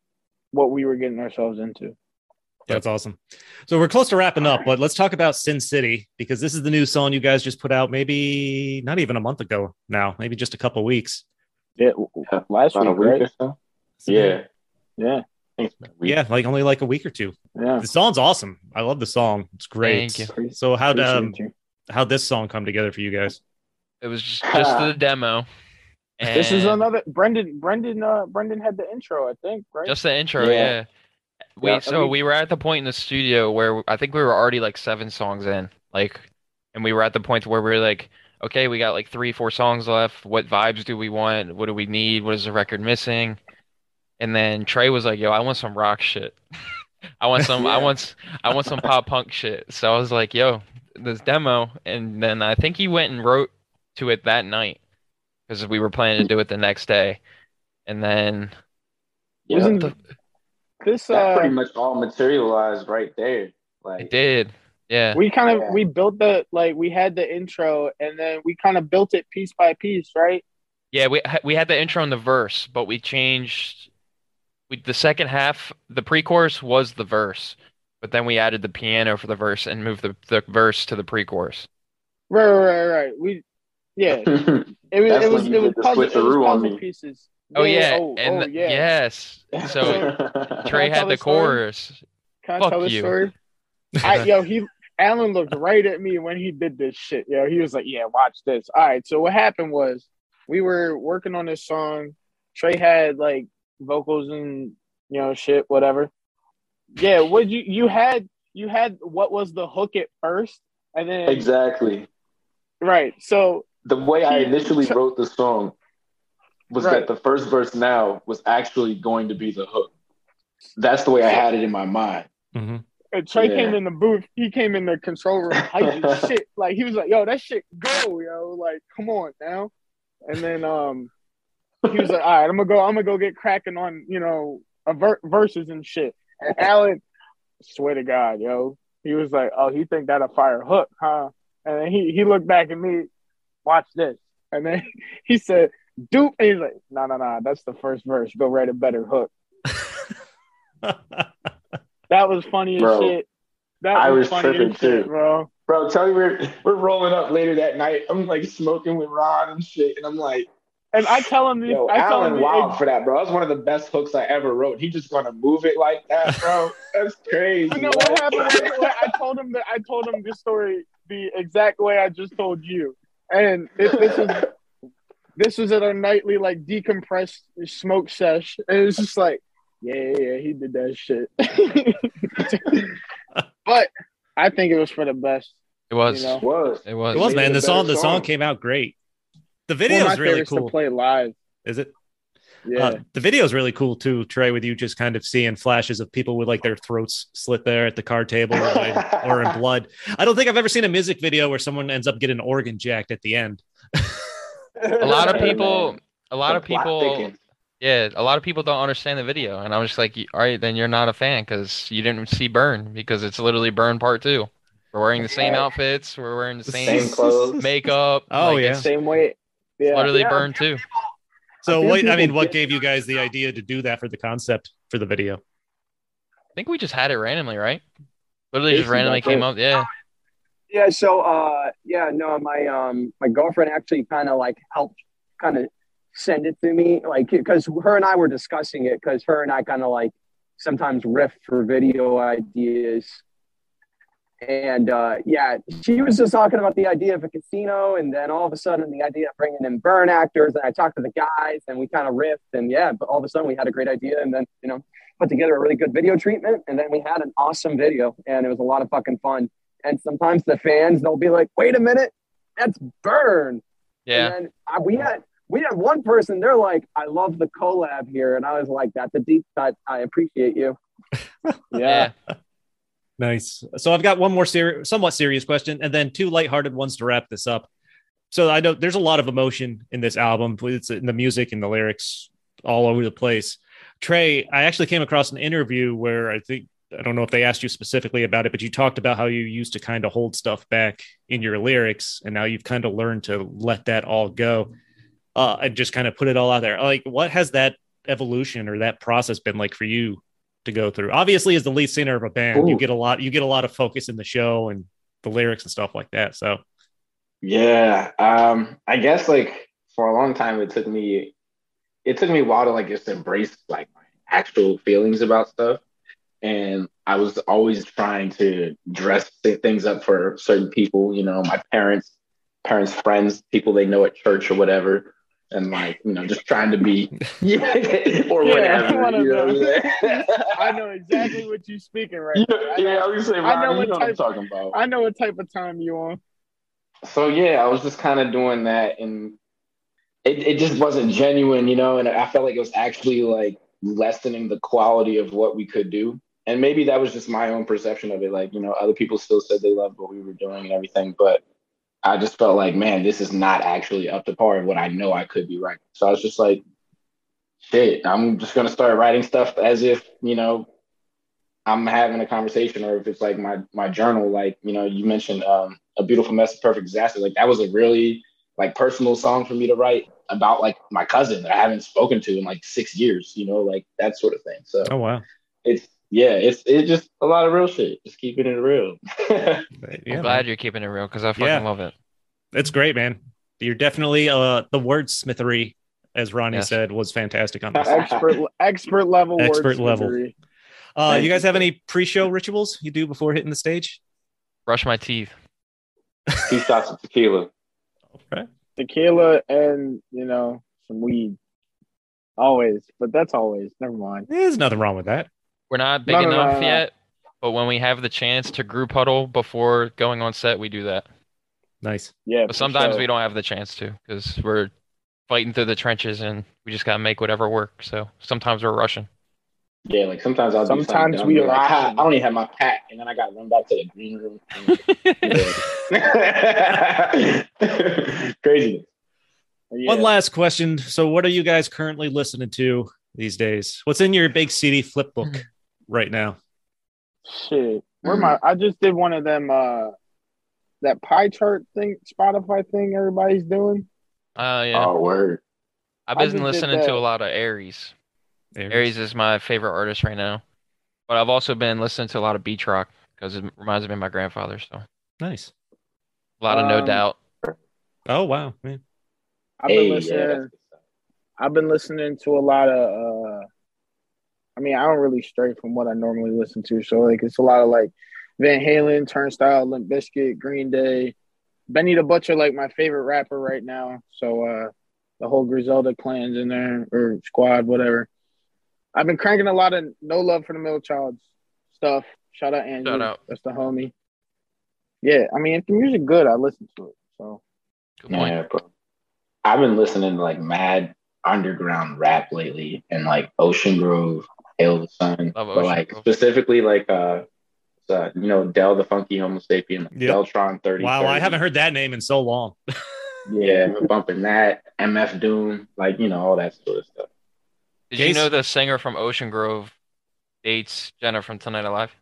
S4: what we were getting ourselves into.
S1: That's awesome. So we're close to wrapping up, but let's talk about Sin City because this is the new song you guys just put out. Maybe not even a month ago now. Maybe just a couple weeks.
S4: Yeah, last
S3: About a
S4: week,
S3: week or
S4: right?
S3: so. Yeah,
S4: Yeah,
S1: Yeah, like only like a week or two.
S4: yeah.
S1: The song's awesome. I love the song. It's great.
S2: Thank you.
S1: So how
S4: Appreciate
S1: um,
S4: you.
S1: how this song come together for you guys?
S2: it was just, just the demo.
S4: This is
S2: and-
S4: another Brendan. Brendan. Uh, Brendan had the intro, I think. Right.
S2: Just the intro,
S3: Yeah.
S2: yeah. We
S4: Yeah, I
S2: so
S4: mean-
S2: we were at the point in the studio where I think we were already like seven songs in, like, and we were at the point where we were like, okay, we got like three, four songs left. What vibes do we want? What do we need? What is the record missing? And then Trey was like, yo, I want some rock shit. I want some, I
S3: Yeah.
S2: want, s- I want some pop punk shit. So I was like, yo, this demo, and then I think he went and wrote to it that night because we were planning to do it the next day, and then.
S3: yeah.
S4: Wasn't
S2: the-
S4: this
S3: that pretty
S4: uh,
S3: much all materialized right there.
S2: It
S3: Like,
S2: did. Yeah.
S4: we kind
S3: Yeah.
S4: of we built the like we had the intro and then we kind of built it piece by piece, right?
S2: Yeah, we ha- we had the intro and the verse, but we changed we the second half, the pre-chorus was the verse, but then we added the piano for the verse and moved the, the verse to the pre-chorus.
S4: Right, right, right. right. We yeah, it was
S3: That's
S4: it was
S3: when
S4: it
S3: you
S4: was
S3: did the
S4: puzzle, it was
S3: switcheroo on
S4: puzzle
S3: me.
S4: pieces.
S2: Oh yeah,
S4: oh,
S2: and
S4: oh,
S2: the-
S4: yeah.
S2: yes. So Trey
S4: I tell
S2: had the
S4: the story?
S2: chorus.
S4: Can I
S2: Fuck
S4: tell this
S2: you.
S4: story? I, yo, he Alan looked right at me when he did this shit. Yo, he was like, "Yeah, watch this." All right, so what happened was we were working on this song. Trey had like vocals and you know shit, whatever. Yeah, what you you had you had what was the hook at first, and then
S3: exactly
S4: right. So
S3: the way I
S4: Yeah.
S3: initially wrote the song was
S4: Right.
S3: that the first verse now was actually going to be the hook. That's the way I had it in my mind.
S2: Mm-hmm.
S1: hmm
S4: and Trey
S3: Yeah.
S4: came in the booth. He came in the control room. hyped as shit, like he was like, "Yo, that shit go, yo, like come on now." And then um, he was like, "All right, I'm gonna go. I'm gonna go get cracking on you know a ver- verses and shit." And Alan, swear to God, yo, he was like, "Oh, he think that a fire hook, huh?" And then he he looked back at me, watch this, and then he said, "Dupe," and he's like, "No, no, no, that's the first verse. Go write a better hook." That was funny as
S3: Bro,
S4: shit. That
S3: I was
S4: funny
S3: tripping
S4: as shit,
S3: too.
S4: bro.
S3: Bro, tell you we're we're rolling up later that night. I'm like smoking with Ron and shit, and I'm like,
S4: And I tell him, the,
S3: yo,
S4: I tell
S3: Alan
S4: him, the-
S3: wild for that, bro. That's one of the best hooks I ever wrote. He just gonna move it like that, bro. That's crazy.
S4: You know
S3: bro.
S4: what happened? was- was I told him that I told him this story the exact way I just told you, and it, this was this was at our nightly like decompressed smoke sesh, and it's just like, yeah, yeah, yeah, he did that shit. but I think it was for the best.
S2: It It was.
S4: You know?
S3: It was.
S2: It was.
S1: It was
S3: made
S1: man.
S3: a
S1: The
S3: better
S1: song, the
S3: song.
S1: song came out great. The
S4: One of
S1: video
S4: my
S1: is really
S4: favorites
S1: cool.
S4: to play live.
S1: Is it?
S4: Yeah.
S1: Uh, the video is really cool too, Trey. With you just kind of seeing flashes of people with like their throats slit there at the card table or, or in blood. I don't think I've ever seen a music video where someone ends up getting an organ jacked at the end.
S2: A lot of people. A lot
S3: The
S2: of
S3: plot
S2: people.
S3: thickens.
S2: Yeah, a lot of people don't understand the video, and I'm just like, all right, then you're not a fan because you didn't see Burn because it's literally Burn Part Two. We're wearing the same
S3: Right.
S2: outfits. We're wearing the
S3: Same
S2: same
S3: clothes.
S2: makeup.
S1: Oh,
S2: like,
S1: yeah.
S2: It's
S4: Same way. Yeah.
S2: Uh, literally
S5: Yeah.
S2: Burn Two.
S1: So
S4: feel
S1: what? I
S4: people
S1: mean, what
S4: get-
S1: gave you guys the idea to do that for the concept for the video?
S2: I think we just had it randomly, right? Literally just
S3: Jason got
S2: randomly came
S3: both.
S2: up. Yeah.
S5: Yeah, so uh yeah, no, my um my girlfriend actually kind of like helped kind of send it to me like cuz her and I were discussing it cuz her and I kind of like sometimes riff for video ideas. And uh yeah, she was just talking about the idea of a casino and then all of a sudden the idea of bringing in burn actors and I talked to the guys and we kind of riffed and yeah, but all of a sudden we had a great idea and then, you know, put together a really good video treatment and then we had an awesome video and it was a lot of fucking fun. And sometimes the fans they'll be like, "Wait a minute, that's Burn."
S2: Yeah.
S5: And then I, we had we had one person. They're like, "I love the collab here," and I was like, "That's a deep cut. I appreciate you."
S4: yeah.
S1: Nice. So I've got one more serious, somewhat serious question, and then two lighthearted ones to wrap this up. So I know there's a lot of emotion in this album. It's in the music and the lyrics all over the place. Trey, I actually came across an interview where I think I don't know if they asked you specifically about it, but you talked about how you used to kind of hold stuff back in your lyrics, and now you've kind of learned to let that all go uh, and just kind of put it all out there. Like, what has that evolution or that process been like for you to go through. Obviously, as the lead singer of a band, you
S3: Ooh.
S1: get a lot you get a lot of focus in the show and the lyrics and stuff like that. So
S3: Yeah. Um, I guess like for a long time it took me it took me a while to like just embrace like my actual feelings about stuff. And I was always trying to dress th- things up for certain people, you know, my parents, parents, friends, people they know at church or whatever. And like, you know, just trying to be yeah, or
S4: Yeah, one
S3: whatever.
S4: of
S3: You know
S4: those.
S3: what I'm saying?
S4: I know exactly what you're speaking right
S3: Yeah,
S4: now. I know,
S3: yeah, I was gonna say,
S4: I know
S3: Ryan,
S4: what
S3: you know what I'm
S4: type-
S3: talking about.
S4: I know what type of time you on.
S3: so yeah, I was just kind of doing that, and it, it just wasn't genuine, you know. And I felt like it was actually like lessening the quality of what we could do. And maybe that was just my own perception of it. Like you know, other people still said they loved what we were doing and everything, but I just felt like, man, this is not actually up to par of what I know I could be writing. So I was just like, shit, I'm just gonna start writing stuff as if you know I'm having a conversation or if it's like my my journal, like you know, you mentioned um, a beautiful mess, of perfect disaster. Like that was a really like personal song for me to write about like my cousin that I haven't spoken to in like six years, you know, like that sort of thing. So
S1: oh wow.
S3: it's yeah, it's it's just a lot of real shit. Just keeping it real.
S1: Yeah,
S2: I'm
S1: man.
S2: glad you're keeping it real because I fucking
S1: Yeah.
S2: love it.
S1: It's great, man. You're definitely uh the wordsmithery, as Ronnie
S2: Yes.
S1: said, was fantastic on this.
S4: Expert expert level
S1: Expert
S4: wordsmithery.
S1: level. Uh
S3: Thank
S1: you
S3: you.
S1: guys have any pre-show rituals you do before hitting the stage?
S2: Brush my teeth.
S3: Two shots of tequila.
S1: Okay.
S4: Tequila and you know, some weed. Always. But that's always. Never mind.
S1: There's nothing wrong with that.
S2: We're not big
S4: No, no, no,
S2: enough
S4: no, no.
S2: yet, but when we have the chance to group huddle before going on set, we do that.
S1: Nice.
S4: Yeah.
S2: But sometimes we don't have the chance to because we're fighting through the trenches and we just gotta make whatever work. So sometimes we're rushing.
S3: Yeah, like sometimes I'll
S4: Sometimes
S3: do something dumb,
S4: we
S3: be like,
S4: are-
S3: "Ah, I don't even have my pack, and then I gotta run back to the green room. Yeah. Crazy.
S1: One last question. So what are you guys currently listening to these days? What's in your big CD flip
S2: Hmm.
S1: book right now?
S4: Shit.
S3: Mm.
S4: Where my I just did one of them uh that pie chart thing, Spotify thing everybody's doing.
S2: Uh yeah.
S3: Oh word.
S2: I've
S4: I
S2: been
S4: just did
S2: listening
S4: that.
S2: to a lot of Aries. Aries is my favorite artist right now. But I've also been listening to a lot of beach rock because it reminds me of my grandfather. So a
S1: Nice.
S2: lot of no
S4: Um,
S2: doubt.
S1: Oh wow, man.
S4: I've
S3: Hey,
S4: been
S3: yeah,
S4: listening
S3: that's good stuff.
S4: I've been listening to a lot of. Uh, I mean, I don't really stray from what I normally listen to, so like it's a lot of like Van Halen, Turnstile, Limp Bizkit, Green Day, Benny the Butcher, like my favorite rapper right now. So uh, the whole Griselda clan's in there or squad, whatever. I've been cranking a lot of No Love for the Middle Child stuff. Shout out Andrew,
S2: Shout out.
S4: that's the homie. Yeah, I mean, if the music good, I listen to it. So
S2: Good point.
S3: Yeah, bro. I've been listening to like mad underground rap lately and like Ocean Grove, Hail the Sun.
S2: Love
S3: but
S2: Ocean
S3: like
S2: Grove.
S3: specifically like uh, uh you know Dell the Funky Homo sapien,
S1: Yep.
S3: Deltron 30.
S1: Wow, I haven't heard that name in so long.
S3: Yeah, I've been bumping that, MF Doom, like you know, all that sort of stuff.
S2: Did
S1: Jason-
S2: you know the singer from Ocean Grove dates Jenna from Tonight Alive?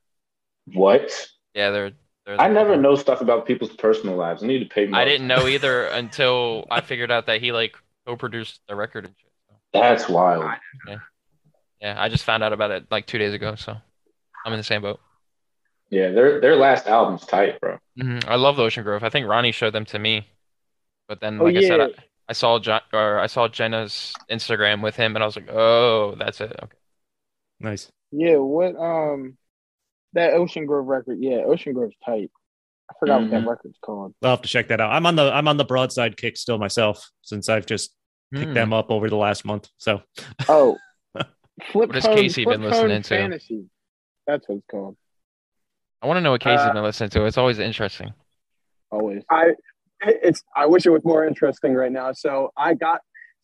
S3: What?
S2: Yeah, they're they're.
S3: I never know stuff about people's personal lives. I need to pay more.
S2: I didn't know either until I figured out that he like co-produced the record and shit. So,
S3: That's wild.
S2: yeah, I just found out about it like two days ago, so I'm in the same boat.
S3: Yeah, their their last album's tight, bro.
S2: hmm I love the Ocean Grove. I think Ronnie showed them to me, but then
S4: Oh,
S2: like I said,
S4: yeah.
S2: I, I saw John or I saw Jenna's Instagram with him, and I was like, oh, that's it. Okay.
S1: Nice.
S4: yeah, what um that Ocean Grove record? Yeah, Ocean Grove's tight. I forgot what that record's called.
S1: I'll have to check that out. I'm on the I'm on the broadside kick still myself since I've just picked
S2: Hmm.
S1: them up over the last month. So
S4: Oh, flip
S2: What has
S4: Phone-
S2: Casey been
S4: Flip
S2: listening
S4: Phone
S2: to?
S4: Fantasy. That's what it's called.
S2: I want to know what Casey's
S5: Uh,
S2: been listening to. It's always interesting.
S4: Always.
S5: I it's I wish it was more interesting right now. So I got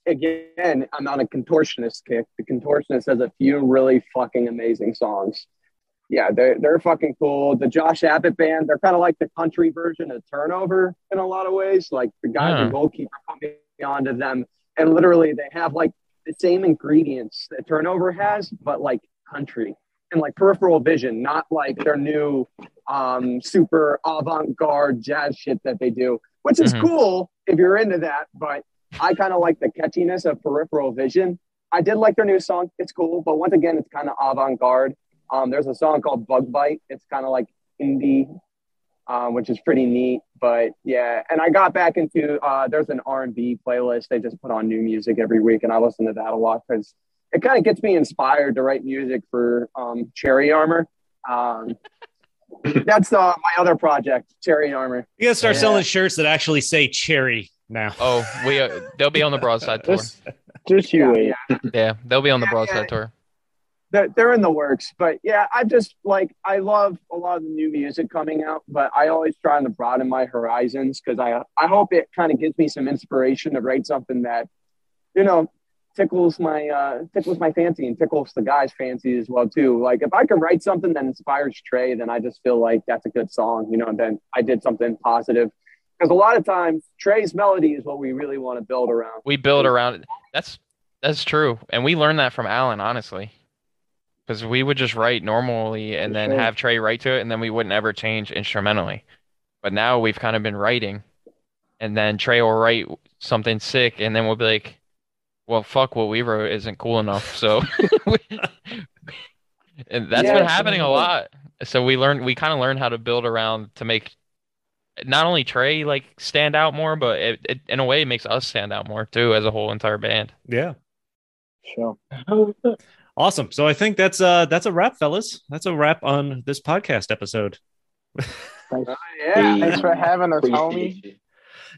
S5: again, I'm on a contortionist kick. The contortionist has a few really fucking amazing songs. Yeah, they're they're fucking cool. The Josh Abbott band, they're kind of like the country version of Turnover in a lot of ways. Like the guy,
S2: Yeah.
S5: the goalkeeper put me onto them. And literally they have like the same ingredients that Turnover has, but like country and like peripheral vision, not like their new um, super avant-garde jazz shit that they do, which is
S2: Mhm.
S5: cool if you're into that. But I kind of like the catchiness of Peripheral Vision. I did like their new song; it's cool, but once again, it's kind of avant-garde. Um, there's a song called Bug Bite. It's kind of like indie, um, which is pretty neat. But yeah, and I got back into uh, there's an R&B playlist they just put on new music every week, and I listen to that a lot because it kind of gets me inspired to write music for um, Cherry Armor. Um, that's uh, my other project, Cherry Armor.
S1: you gotta start
S5: Yeah.
S1: selling shirts that actually say cherry now.
S2: Oh, we uh, they'll be on the broadside tour.
S4: Just, just you
S5: Yeah,
S4: wait.
S5: yeah.
S2: Yeah, they'll be on the
S5: Yeah,
S2: broadside
S5: yeah.
S2: tour.
S5: They're, they're in the works, but yeah, I just like I love a lot of the new music coming out, but I always trying to broaden my horizons because I I hope it kind of gives me some inspiration to write something that, you know, tickles my uh, tickles my fancy and tickles the guy's fancy as well too. Like if I can write something that inspires Trey, then I just feel like that's a good song, you know. And then I did something positive because a lot of times Trey's melody is what we really want to build around.
S2: We build around it. That's that's true, and we learned that from Alan, honestly, because we would just write normally and
S4: For
S2: then
S4: sure.
S2: have Trey write to it, and then we wouldn't ever change instrumentally. But now we've kind of been writing, and then Trey will write something sick, and then we'll be like, "Well, fuck, what we wrote isn't cool enough." So, and that's
S5: Yeah,
S2: been happening a
S5: definitely.
S2: lot. So we learned, we kind of learned how to build around to make not only Trey like stand out more, but it, it in a way it makes us stand out more too as a whole entire band.
S1: Yeah.
S4: Sure.
S1: Awesome. So I think that's uh that's a wrap, fellas. That's a wrap on this podcast episode.
S5: Oh, yeah.
S4: Thanks for having us,
S3: Appreciate
S4: homie.
S3: you.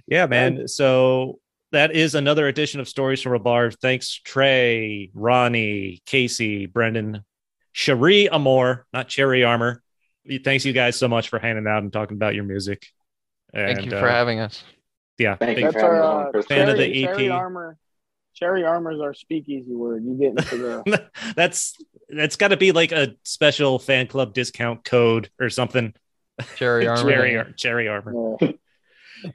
S1: Yeah, man. So that is another edition of Stories from a Bar. Thanks, Trey, Ronnie, Casey, Brendan, Cherie Amor, not Cherry Armor. Thanks you guys so much for hanging out and talking about your music.
S2: Thank you
S1: And,
S2: for
S1: uh,
S2: having us.
S1: yeah. thank-
S3: Thank you
S4: That's
S3: for having
S4: our
S3: us on,
S4: uh,
S3: Chris.
S1: Fan of
S4: cherry-
S1: the E EP.
S4: Cherry armor. Cherry armor's our speakeasy word. You get into the
S1: that's that's got to be like a special fan club discount code or something.
S2: Cherry Armor.
S1: Cherry, Ar- cherry armor.
S4: uh,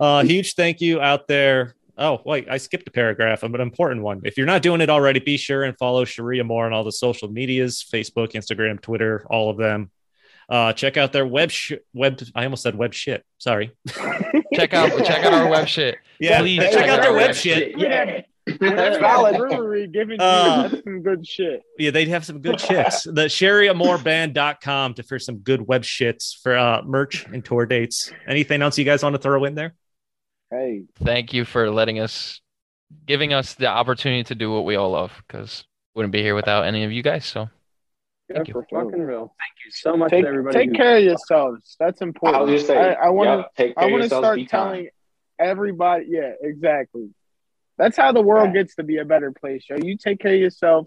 S1: Uh, huge thank you out there. Oh, wait, I skipped a paragraph, but an important one. If you're not doing it already, be sure and follow Sharia Moore on all the social medias Facebook, Instagram, Twitter, all of them. Uh, check out their web, sh- web. I almost said web shit. Sorry.
S2: Check out check out our web shit.
S1: Yeah.
S2: Please
S1: check, out their web shit.
S3: Yeah.
S5: That's valid.
S4: Brewery giving you
S1: Uh,
S4: that's some good shit.
S1: Yeah, they'd have some good chicks. The sherryamoreband.com to for some good web shits for uh, merch and tour dates. Anything else you guys want to throw in there?
S4: Hey,
S2: Thank you for letting us giving us the opportunity to do what we all love because wouldn't be here without any of you guys. So
S5: Yeah,
S2: Thank you.
S5: for fucking real. Thank you so much,
S4: take,
S5: to everybody.
S4: take
S5: who-
S4: care of yourselves. That's important.
S3: I was just saying,
S4: I want to.
S3: y'all take care
S4: I
S3: of
S4: want to
S3: yourselves,
S4: start
S3: be kind.
S4: telling everybody. Yeah, exactly. That's how the world
S3: Right.
S4: gets to be a better place. Yo, you take care of yourself.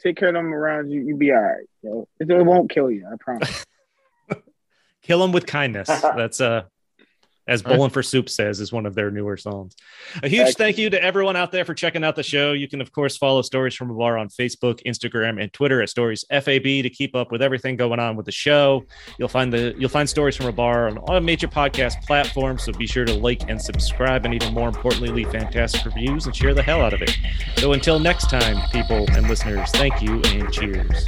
S4: Take care of them around you. You be all right. Yo, it, it won't kill you. I promise.
S1: Kill them with kindness. That's uh, as Bowling for Soup says, is one of their newer songs. A huge
S4: Excellent.
S1: thank you to everyone out there for checking out the show. You can, of course, follow Stories from a Bar on Facebook, Instagram, and Twitter at Stories FAB to keep up with everything going on with the show. You'll find the you'll find Stories from a Bar on all major podcast platforms, so be sure to like and subscribe, and even more importantly, leave fantastic reviews and share the hell out of it. So until next time, people and listeners, thank you and cheers.